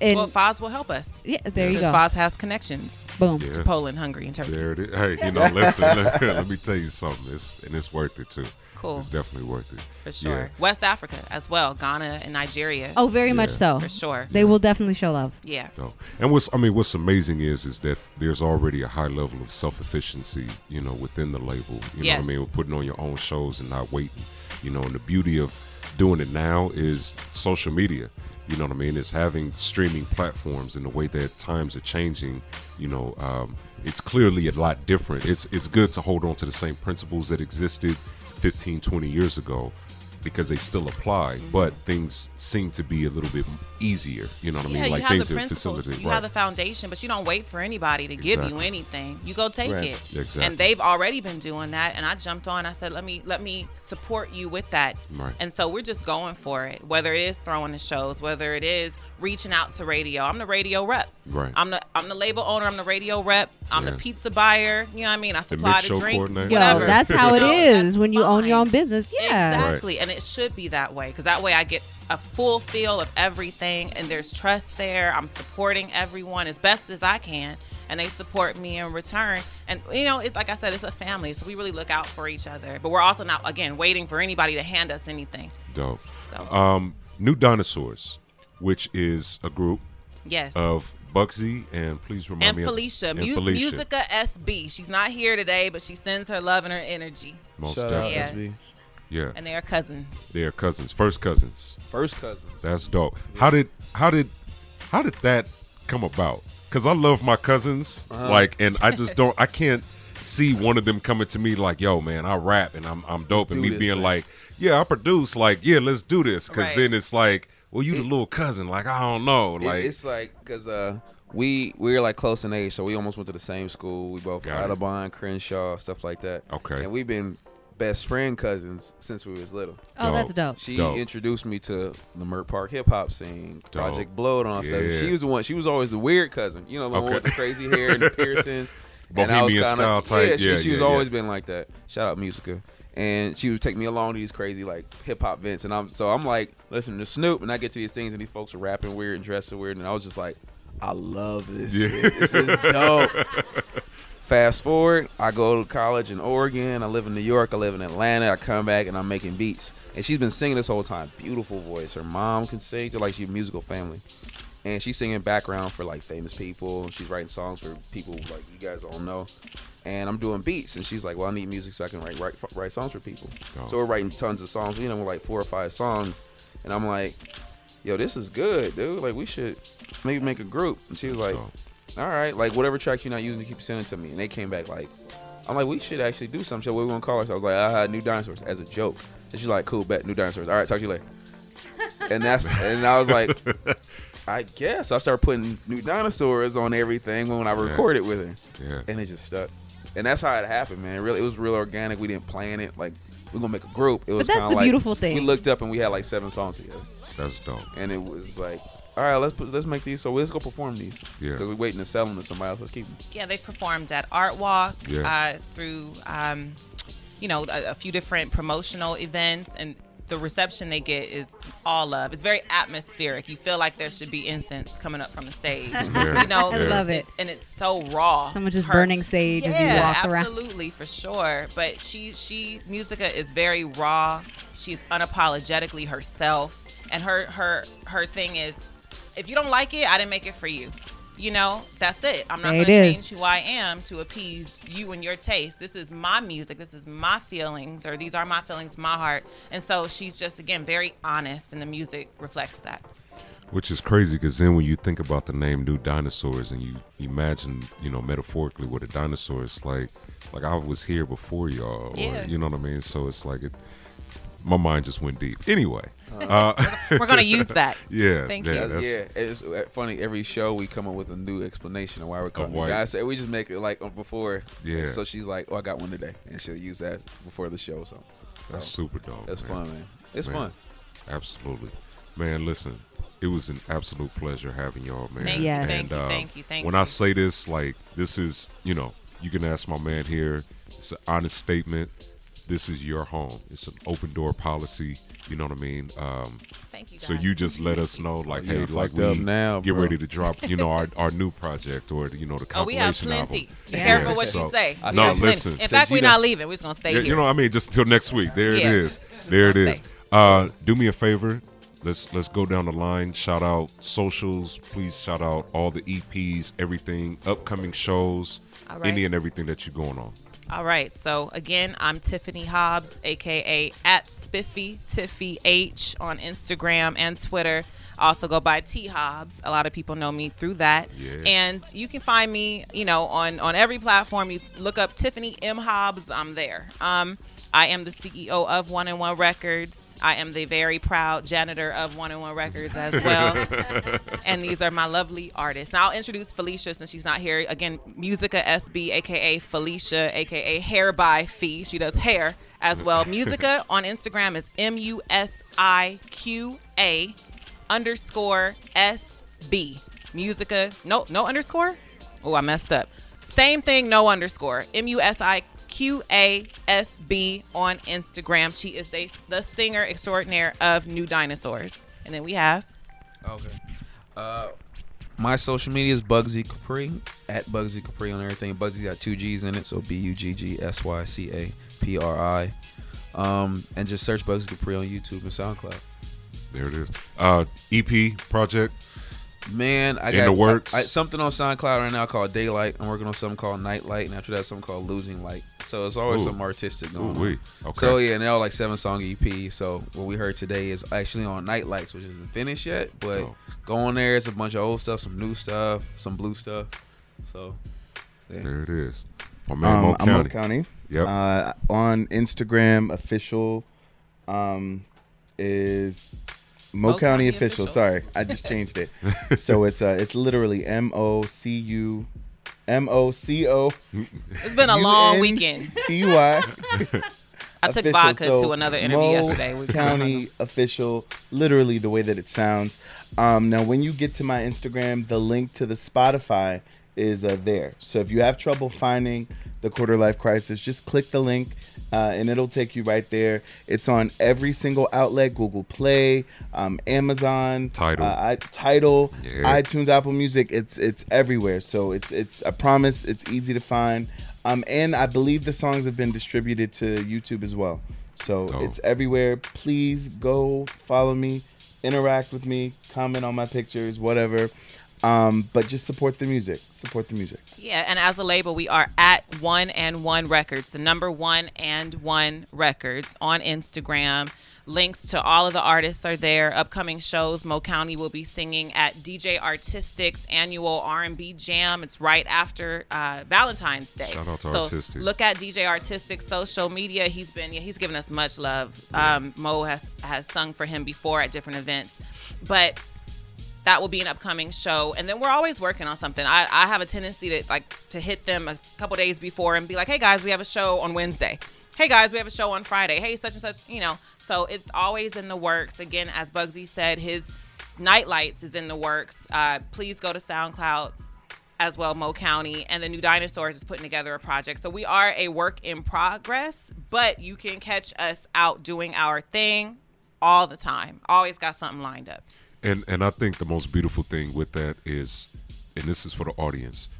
Speaker 5: And
Speaker 6: well, Foz will help us.
Speaker 5: Yeah, there you
Speaker 6: Since
Speaker 5: go.
Speaker 6: Foz has connections.
Speaker 5: Boom.
Speaker 4: Yeah.
Speaker 6: To Poland, Hungary, and Turkey.
Speaker 4: There it is. Hey, you know, listen, [laughs] let, me tell you something. It's and it's worth it too.
Speaker 6: Cool.
Speaker 4: It's definitely worth it.
Speaker 6: For sure. West Africa as well. Ghana and Nigeria.
Speaker 5: Oh, very much so.
Speaker 6: For sure.
Speaker 5: They will definitely show love.
Speaker 6: Yeah.
Speaker 4: No. And what's I mean, what's amazing is is that there's already a high level of self efficiency, you know, within the label. You know what
Speaker 6: Yes.
Speaker 4: I mean? With putting on your own shows and not waiting. You know, and the beauty of doing it now is social media. You know what I mean? It's having streaming platforms and the way that times are changing, you know, um, it's clearly a lot different. It's it's good to hold on to the same principles that existed 15, 20 years ago because they still apply, but things seem to be a little bit easier. You know what I mean?
Speaker 6: Yeah,
Speaker 4: like
Speaker 6: you have
Speaker 4: things
Speaker 6: the
Speaker 4: are
Speaker 6: principles.
Speaker 4: facilitated.
Speaker 6: You have the foundation, but you don't wait for anybody to give you
Speaker 4: Exactly.
Speaker 6: anything. You go take
Speaker 4: Right.
Speaker 6: it.
Speaker 4: Exactly.
Speaker 6: And they've already been doing that. And I jumped on. I said, let me let me support you with that.
Speaker 4: Right.
Speaker 6: And so we're just going for it. Whether it is throwing the shows, whether it is reaching out to radio. I'm the radio rep.
Speaker 4: Right.
Speaker 6: I'm the I'm the label owner. I'm the radio rep. I'm
Speaker 4: Yeah.
Speaker 6: the pizza buyer. You know what I mean? I supply the,
Speaker 4: mid-show
Speaker 6: drink.
Speaker 4: coordinator.
Speaker 5: Yo,
Speaker 6: Whatever.
Speaker 5: that's how it
Speaker 6: You know,
Speaker 5: is
Speaker 6: [laughs] that's
Speaker 5: when you own your
Speaker 6: fine.
Speaker 5: own business. Yeah.
Speaker 6: Exactly. And it should be that way because that way I get a full feel of everything and there's trust there. I'm supporting everyone as best as I can and they support me in return. And, you know, it's like I said, it's a family. So we really look out for each other. But we're also not, again, waiting for anybody to hand us anything.
Speaker 4: Dope.
Speaker 6: So,
Speaker 4: Um, New Dinosaurs, which is a group
Speaker 6: yes.
Speaker 4: of Bugsy and please remind
Speaker 6: and
Speaker 4: me of-
Speaker 6: Felicia,
Speaker 4: uh, and
Speaker 6: Mu-
Speaker 4: Felicia.
Speaker 6: Musica SB. She's not here today, but she sends her love and her energy.
Speaker 4: Most
Speaker 9: Shout out
Speaker 4: definitely.
Speaker 6: Yeah.
Speaker 9: SB.
Speaker 4: Yeah.
Speaker 6: And they are cousins.
Speaker 4: They are cousins, first cousins.
Speaker 9: First cousin.
Speaker 4: That's dope. How did how did how did that come about? Because I love my cousins,
Speaker 9: Uh-huh.
Speaker 4: like, and I just don't. I can't see one of them coming to me like, "Yo, man, I rap and I'm I'm dope,"
Speaker 9: do
Speaker 4: and me
Speaker 9: this,
Speaker 4: being
Speaker 9: man.
Speaker 4: like, "Yeah, I produce." Like, yeah, let's do this. Because
Speaker 6: Right.
Speaker 4: then it's like, well, you the little cousin. Like, I don't know.
Speaker 8: It-
Speaker 4: Like,
Speaker 8: it's like because uh, we we were like close in age, so we almost went to the same school. We both
Speaker 4: Got it.
Speaker 8: Audubon, Crenshaw, stuff like that.
Speaker 4: Okay.
Speaker 8: and we've been best friend cousins since we was little.
Speaker 5: Oh, that's
Speaker 4: Dope.
Speaker 5: dope.
Speaker 8: She
Speaker 4: Dope.
Speaker 8: introduced me to the Mert Park hip hop scene, Project
Speaker 4: Dope.
Speaker 8: Blood on
Speaker 4: Yeah.
Speaker 8: stuff. She was the one. She was always the weird cousin, you know, the one
Speaker 4: Okay.
Speaker 8: with the crazy hair
Speaker 4: [laughs]
Speaker 8: and the piercings. and I was
Speaker 4: Bohemian
Speaker 8: kinda-
Speaker 4: style type.
Speaker 8: Yeah, she,
Speaker 4: Yeah,
Speaker 8: she was
Speaker 4: yeah, yeah.
Speaker 8: always been like that. Shout out Musica. And she would take me along to these crazy like hip hop events, and I'm so I'm like listening to Snoop, and I get to these things, and these folks are rapping weird and dressing weird, and I was just like, I love this.
Speaker 4: Yeah.
Speaker 8: Shit. This
Speaker 4: [laughs]
Speaker 8: is dope. Fast forward, I go to college in Oregon. I live in New York. I live in Atlanta. I come back and I'm making beats. And she's been singing this whole time. Beautiful voice. Her mom can sing. Just like she's a musical family. And she's singing background for like famous people. She's writing songs for people like you guys all know. And I'm doing beats. And she's like, well, I need music so I can write write, write songs for people. So we're writing tons of songs. You know, we're like four or five songs. And I'm like, yo, this is good, dude. Like, we should maybe make a group. And she was like,
Speaker 4: dope.
Speaker 8: all right, like whatever track you're not using, keep sending to me. And they came back like, I'm like, we should actually do some shit. What we gonna call ourselves? I was like, ah, New Dinosaurs as a joke. And she's like, cool, bet New Dinosaurs. All right, talk to you later. And that's and I was like, I guess I started putting New Dinosaurs on everything when I recorded with her,
Speaker 4: yeah,
Speaker 8: and it just stuck. And that's how it happened, man. Really, it was real organic. We didn't plan it. Like we're gonna make a group. It was
Speaker 5: that's
Speaker 8: kinda
Speaker 5: the
Speaker 8: like-
Speaker 5: beautiful thing.
Speaker 8: We looked up and we had like seven songs together
Speaker 4: that's dope.
Speaker 8: and it was like, all right, let's put, let's make these. So let's go perform these.
Speaker 4: Yeah.
Speaker 8: Because we're waiting to sell them to somebody else. Let's keep them.
Speaker 6: Yeah, they performed at Art Walk
Speaker 4: Yeah.
Speaker 6: uh, through, um, you know, a, a few different promotional events, and the reception they get is all love. It's very atmospheric. You feel like there should be incense coming up from the stage.
Speaker 4: Yeah.
Speaker 6: You know,
Speaker 4: I
Speaker 6: it's-
Speaker 5: love it.
Speaker 6: it's- and it's so raw.
Speaker 5: Someone just
Speaker 6: Her-
Speaker 5: burning sage as you
Speaker 6: Yeah,
Speaker 5: walk around.
Speaker 6: absolutely for sure. But she, she, Musica is very raw. She's unapologetically herself, and her, her, her thing is, if you don't like it, I didn't make it for you. You know, that's it. I'm not
Speaker 5: There
Speaker 6: going
Speaker 5: it
Speaker 6: to change
Speaker 5: is.
Speaker 6: who I am to appease you and your taste. This is my music. This is my feelings, or these are my feelings, my heart. And so she's just, again, very honest, and the music reflects that.
Speaker 4: Which is crazy because then when you think about the name New Dinosaurs and you imagine, you know, metaphorically what a dinosaur is like, like I was here before y'all, or,
Speaker 6: Yeah.
Speaker 4: you know what I mean? So it's like it, my mind just went deep. Anyway, uh,
Speaker 6: We're going to use that.
Speaker 4: [laughs] yeah,
Speaker 6: Thank
Speaker 4: yeah,
Speaker 6: you.
Speaker 4: that's-
Speaker 8: Uh-huh. yeah, it's uh, funny. Every show we come up with a new explanation of why we're calling.
Speaker 4: why-
Speaker 8: Why. Guys, we just make it like uh, before.
Speaker 4: Yeah.
Speaker 8: So she's like, oh, I got one today, and she'll use that before the show. So
Speaker 4: that's super dope.
Speaker 8: that's
Speaker 4: man.
Speaker 8: fun, man. It's
Speaker 4: Man.
Speaker 8: fun.
Speaker 4: Absolutely, man. Listen, it was an absolute pleasure having y'all, man.
Speaker 6: Thank
Speaker 5: you, Yes.
Speaker 6: thank you,
Speaker 4: uh,
Speaker 6: thank you, thank
Speaker 4: when
Speaker 6: you.
Speaker 4: I say this, like this is, you know, you can ask my man here. It's an honest statement. this is your home. It's an open door policy. You know what I mean? Um,
Speaker 6: Thank you.
Speaker 4: so
Speaker 6: guys.
Speaker 4: you just let us know, like,
Speaker 9: you
Speaker 4: hey,
Speaker 9: done
Speaker 4: like
Speaker 9: fucked up
Speaker 4: we
Speaker 9: now,
Speaker 4: get
Speaker 9: bro.
Speaker 4: ready to drop, you know, our, our new project or you know the compilation
Speaker 6: [laughs] Oh, we have plenty.
Speaker 4: album.
Speaker 6: Be careful what
Speaker 4: so-
Speaker 6: you say.
Speaker 4: I
Speaker 6: We
Speaker 4: no,
Speaker 6: have plenty.
Speaker 4: listen.
Speaker 6: In fact, we're
Speaker 9: Said you
Speaker 6: not leaving. We're just gonna stay
Speaker 4: Yeah,
Speaker 6: here.
Speaker 4: you know, what I mean, just until next week. There
Speaker 6: Yeah.
Speaker 4: it is.
Speaker 6: Just
Speaker 4: There it
Speaker 6: gonna
Speaker 4: is.
Speaker 6: stay.
Speaker 4: Uh, do me a favor. Let's let's go down the line. Shout out socials. Please shout out all the EPs, everything, upcoming shows,
Speaker 6: All right.
Speaker 4: any and everything that you're going on.
Speaker 6: All right. So again, I'm Tiffany Hobbs, aka at Spiffy Tiffy H on Instagram and Twitter. I also go by T Hobbs. A lot of people know me through that.
Speaker 4: Yeah.
Speaker 6: And you can find me, you know, on on every platform. You look up Tiffany M Hobbs. I'm there. Um, I am the CEO of One and One Records. I am the very proud janitor of One and One Records
Speaker 4: [laughs]
Speaker 6: as well. and these are my lovely artists. Now I'll introduce Felicia since she's not here. Again, Musica SB, aka Felicia, aka Hair by Fee. She does hair as well. Musica on Instagram is M U S I Q A underscore S B. Musica, no, no underscore. Oh, I messed up. Same thing, no underscore. M U S I Q A S B on Instagram. She is the, the singer extraordinaire of New Dinosaurs. And then we have
Speaker 8: Okay. Uh, my social media is Bugsy Capri at Bugsy Capri on everything. Bugsy got two G's in it, so B U G G S Y C A P R I. Um, and just search Bugsy Capri on YouTube and SoundCloud.
Speaker 4: There it is. Uh, EP project.
Speaker 8: Man, I
Speaker 4: In
Speaker 8: got
Speaker 4: the works.
Speaker 8: I- I- something on SoundCloud right now called Daylight. I'm working on something called Nightlight, and after that, something called Losing Light. So it's always
Speaker 4: Ooh.
Speaker 8: something artistic going.
Speaker 4: Ooh-wee.
Speaker 8: on.
Speaker 4: Okay.
Speaker 8: So yeah, and they're all like seven song EP. So what we heard today is actually on Nightlights, which isn't finished yet, but
Speaker 4: Oh.
Speaker 8: go on there. It's a bunch of old stuff, some new stuff, some blue stuff. So
Speaker 4: There it is. My man,
Speaker 7: Um,
Speaker 4: Mo
Speaker 7: I'm Mo
Speaker 4: County.
Speaker 7: County.
Speaker 4: Yep.
Speaker 7: Uh, on Instagram, official um, is Mo, County,
Speaker 6: County
Speaker 7: official.
Speaker 6: Official.
Speaker 7: Sorry, I just changed it. so it's uh, it's literally M O C U M O C O
Speaker 6: It's been a long weekend.
Speaker 7: T Y.
Speaker 6: [laughs] I took vodka to another interview yesterday. We
Speaker 7: County official, literally the way that it sounds. Um, now, when you get to my Instagram, the link to the Spotify is uh, there. So if you have trouble finding the Quarter Life Crisis, just click the link uh, and it'll take you right there. It's on every single outlet: Google Play, um, Amazon,
Speaker 4: Tidal.
Speaker 7: uh, I, Title,
Speaker 4: Yeah.
Speaker 7: iTunes, Apple Music. It's it's everywhere. So it's it's I promise it's easy to find. Um, and I believe the songs have been distributed to YouTube as well. So
Speaker 4: Dope.
Speaker 7: it's everywhere. Please go follow me, interact with me, comment on my pictures, whatever. Um, but just support the music. Support the music.
Speaker 6: Yeah, and as a label, we are at One and One Records, the number one and one records on Instagram. Links to all of the artists are there. Upcoming shows, Mo County will be singing at DJ Artistic's annual R&B Jam. It's right after uh, Valentine's Day.
Speaker 4: Shout out to
Speaker 6: so
Speaker 4: Artistic.
Speaker 6: Look at DJ Artistic social media. He's been yeah, he's given us much love. Um, Mo has has sung for him before at different events, but that will be an upcoming show and then we're always working on something i, I have a tendency to like to hit them a couple days before and be like hey guys we have a show on wednesday hey guys we have a show on friday hey such and such you know so it's always in the works again as bugsy said his nightlights is in the works uh, please go to soundcloud as well Mo County and the New Dinosaurs is putting together a project. So we are a work in progress, but you can catch us out doing our thing all the time. Always got something lined up.
Speaker 4: And and I think the most beautiful thing with that is, and this is for the audience,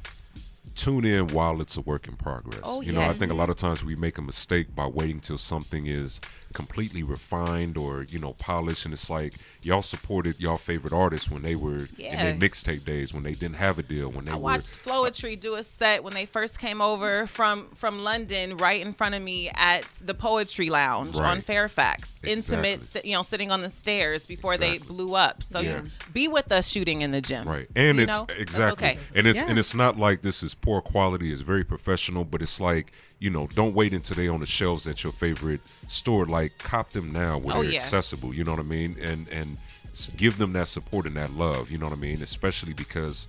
Speaker 4: tune in while it's a work in progress.
Speaker 6: Oh,
Speaker 4: you know, I
Speaker 6: yes.
Speaker 4: think a lot of times we make a mistake by waiting till something is completely refined or you know polished, and it's like y'all supported y'all favorite artists when they were
Speaker 6: Yeah.
Speaker 4: in their mixtape days when they didn't have a deal when they
Speaker 6: I
Speaker 4: were
Speaker 6: watched Floetry do a set when they first came over from from London, right in front of me at the Poetry Lounge on
Speaker 4: Right.
Speaker 6: Fairfax. Intimate,
Speaker 4: Exactly.
Speaker 6: sit- you know, sitting on the stairs before they
Speaker 4: Exactly.
Speaker 6: blew up. So
Speaker 4: Yeah.
Speaker 6: you be with us shooting in the gym,
Speaker 4: Right, and
Speaker 6: You
Speaker 4: it's
Speaker 6: know? That's
Speaker 4: exactly,
Speaker 6: okay.
Speaker 4: and it's
Speaker 5: Yeah.
Speaker 4: and it's not like this is poor quality. It's very professional, but it's like you know, don't wait until they on the shelves at your favorite store. Like cop them now where
Speaker 6: Oh,
Speaker 4: they're
Speaker 6: yeah.
Speaker 4: accessible. You know what I mean? And and s- give them that support and that love. You know what I mean? Especially because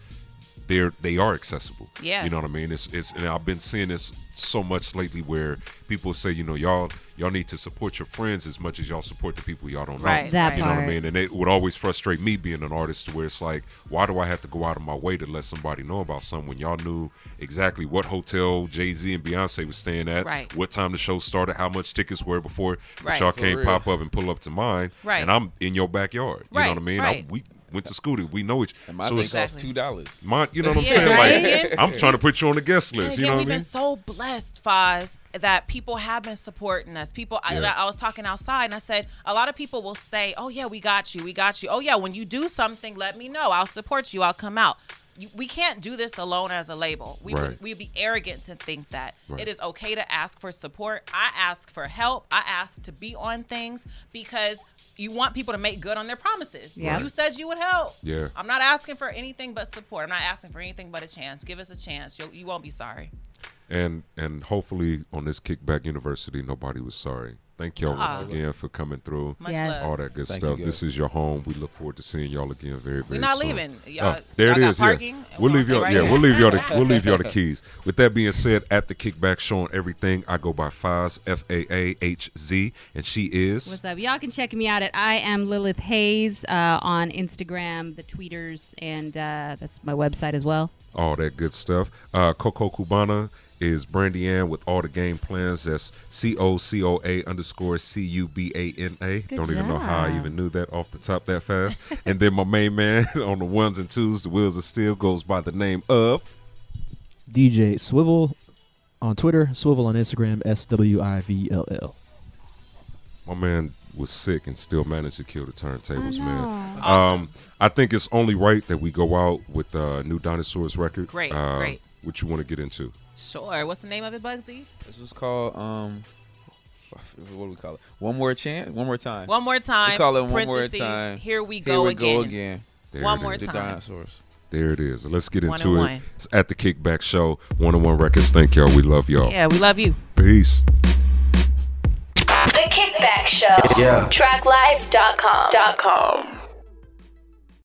Speaker 4: they're they are accessible.
Speaker 6: Yeah.
Speaker 4: you know what I mean. It's it's and I've been seeing this so much lately where people say, you know, y'all y'all need to support your friends as much as y'all support the people y'all don't know.
Speaker 6: Right,
Speaker 5: That
Speaker 4: You know what I
Speaker 5: part.
Speaker 4: mean? And it would always frustrate me being an artist to where it's like, why do I have to go out of my way to let somebody know about something when y'all knew exactly what hotel Jay Z and Beyonce was staying at,
Speaker 6: Right.
Speaker 4: what time the show started, how much tickets were before, but
Speaker 6: Right.
Speaker 4: y'all
Speaker 6: For
Speaker 4: can't
Speaker 8: real.
Speaker 4: pop up and pull up to mine.
Speaker 6: Right.
Speaker 4: And I'm in your backyard. You know
Speaker 6: Right,
Speaker 4: what I mean? I,
Speaker 6: right.
Speaker 4: we went to school. We know each
Speaker 9: And my
Speaker 4: so
Speaker 9: thing
Speaker 4: it's
Speaker 9: costs
Speaker 6: Exactly.
Speaker 9: two dollars.
Speaker 4: mine, you know what I'm
Speaker 6: Yeah,
Speaker 4: saying?
Speaker 6: right?
Speaker 4: Like I'm trying to put you on the guest
Speaker 6: And
Speaker 4: list.
Speaker 6: again,
Speaker 4: you know what I
Speaker 6: we've
Speaker 4: mean?
Speaker 6: been so blessed, Foz, that people have been supporting us. People, I-
Speaker 4: Yeah.
Speaker 6: I, was talking outside and I said, a lot of people will say, oh, yeah, we got you. We got you. Oh, yeah, when you do something, let me know. I'll support you. I'll come out. You- We can't do this alone as a label. We
Speaker 4: Right.
Speaker 6: would we'd be arrogant to think that
Speaker 4: Right.
Speaker 6: it is okay to ask for support. I ask for help. I ask to be on things because you want people to make good on their promises.
Speaker 5: Yeah.
Speaker 6: You said you would help.
Speaker 4: Yeah.
Speaker 6: I'm not asking for anything but support. I'm not asking for anything but a chance. Give us a chance. You'll, you won't be sorry.
Speaker 4: And and hopefully on this kickback university, nobody was sorry. Thank y'all
Speaker 6: Aw.
Speaker 4: once again for coming through.
Speaker 6: Much
Speaker 5: Yes.
Speaker 6: love.
Speaker 4: All that good
Speaker 9: Thank you,
Speaker 4: stuff.
Speaker 9: guys.
Speaker 4: This is your home. We look forward to seeing y'all again very, very soon.
Speaker 6: We're not leaving. Y'all-
Speaker 4: Oh, there
Speaker 6: y'all
Speaker 4: it
Speaker 6: got
Speaker 4: is. yeah.
Speaker 6: parking, and
Speaker 4: We'll
Speaker 6: we're
Speaker 4: leave
Speaker 6: gonna
Speaker 4: y'all.
Speaker 6: stay
Speaker 4: yeah,
Speaker 6: right
Speaker 4: we'll
Speaker 6: here.
Speaker 4: leave y'all.
Speaker 6: [laughs]
Speaker 4: The, we'll leave y'all the keys. With that being said, at the kickback showing everything, I go by Foz F A A H Z, and she is.
Speaker 5: What's up? Y'all can check me out at I am Lilith Hayes uh, on Instagram, the tweeters, and uh, that's my website as well.
Speaker 4: all that good stuff. Uh, Coco Cubana is Brandy Ann with all the game plans. That's C O C O A underscore C U B A N A. Don't even know how I
Speaker 5: job.
Speaker 4: even knew that off the top that fast. and then my main man [laughs] on the ones and twos, the wheels of steel, goes by the name of.
Speaker 10: DJ Swivel on Twitter, Swivel on Instagram, S W I V L L.
Speaker 4: My man was sick and still managed to kill the turntables, man.
Speaker 5: That's
Speaker 4: Um, I think it's only right that we go out with uh, new dinosaurs record.
Speaker 6: Great,
Speaker 4: Uh,
Speaker 6: great.
Speaker 4: What you want to get into?
Speaker 6: Sure. What's the name of it, Bugsy?
Speaker 9: This was called um, what do we call it? One more chance, one more time.
Speaker 6: One more time.
Speaker 9: We call it one more
Speaker 6: parentheses,
Speaker 9: time.
Speaker 6: Here we
Speaker 9: Here
Speaker 6: go
Speaker 9: we
Speaker 6: again.
Speaker 9: go again.
Speaker 4: There
Speaker 6: One
Speaker 4: it
Speaker 6: more
Speaker 4: is.
Speaker 9: The
Speaker 6: time.
Speaker 9: dinosaurs.
Speaker 4: There it is. Let's get
Speaker 6: One
Speaker 4: into
Speaker 6: and
Speaker 4: it.
Speaker 6: one.
Speaker 4: It's at the Kickback Show. One on one records. Thank y'all. We love y'all.
Speaker 6: Yeah, we love you.
Speaker 4: Peace.
Speaker 1: The Kickback Show.
Speaker 2: Yeah.
Speaker 1: Tracklife.com. Dot com.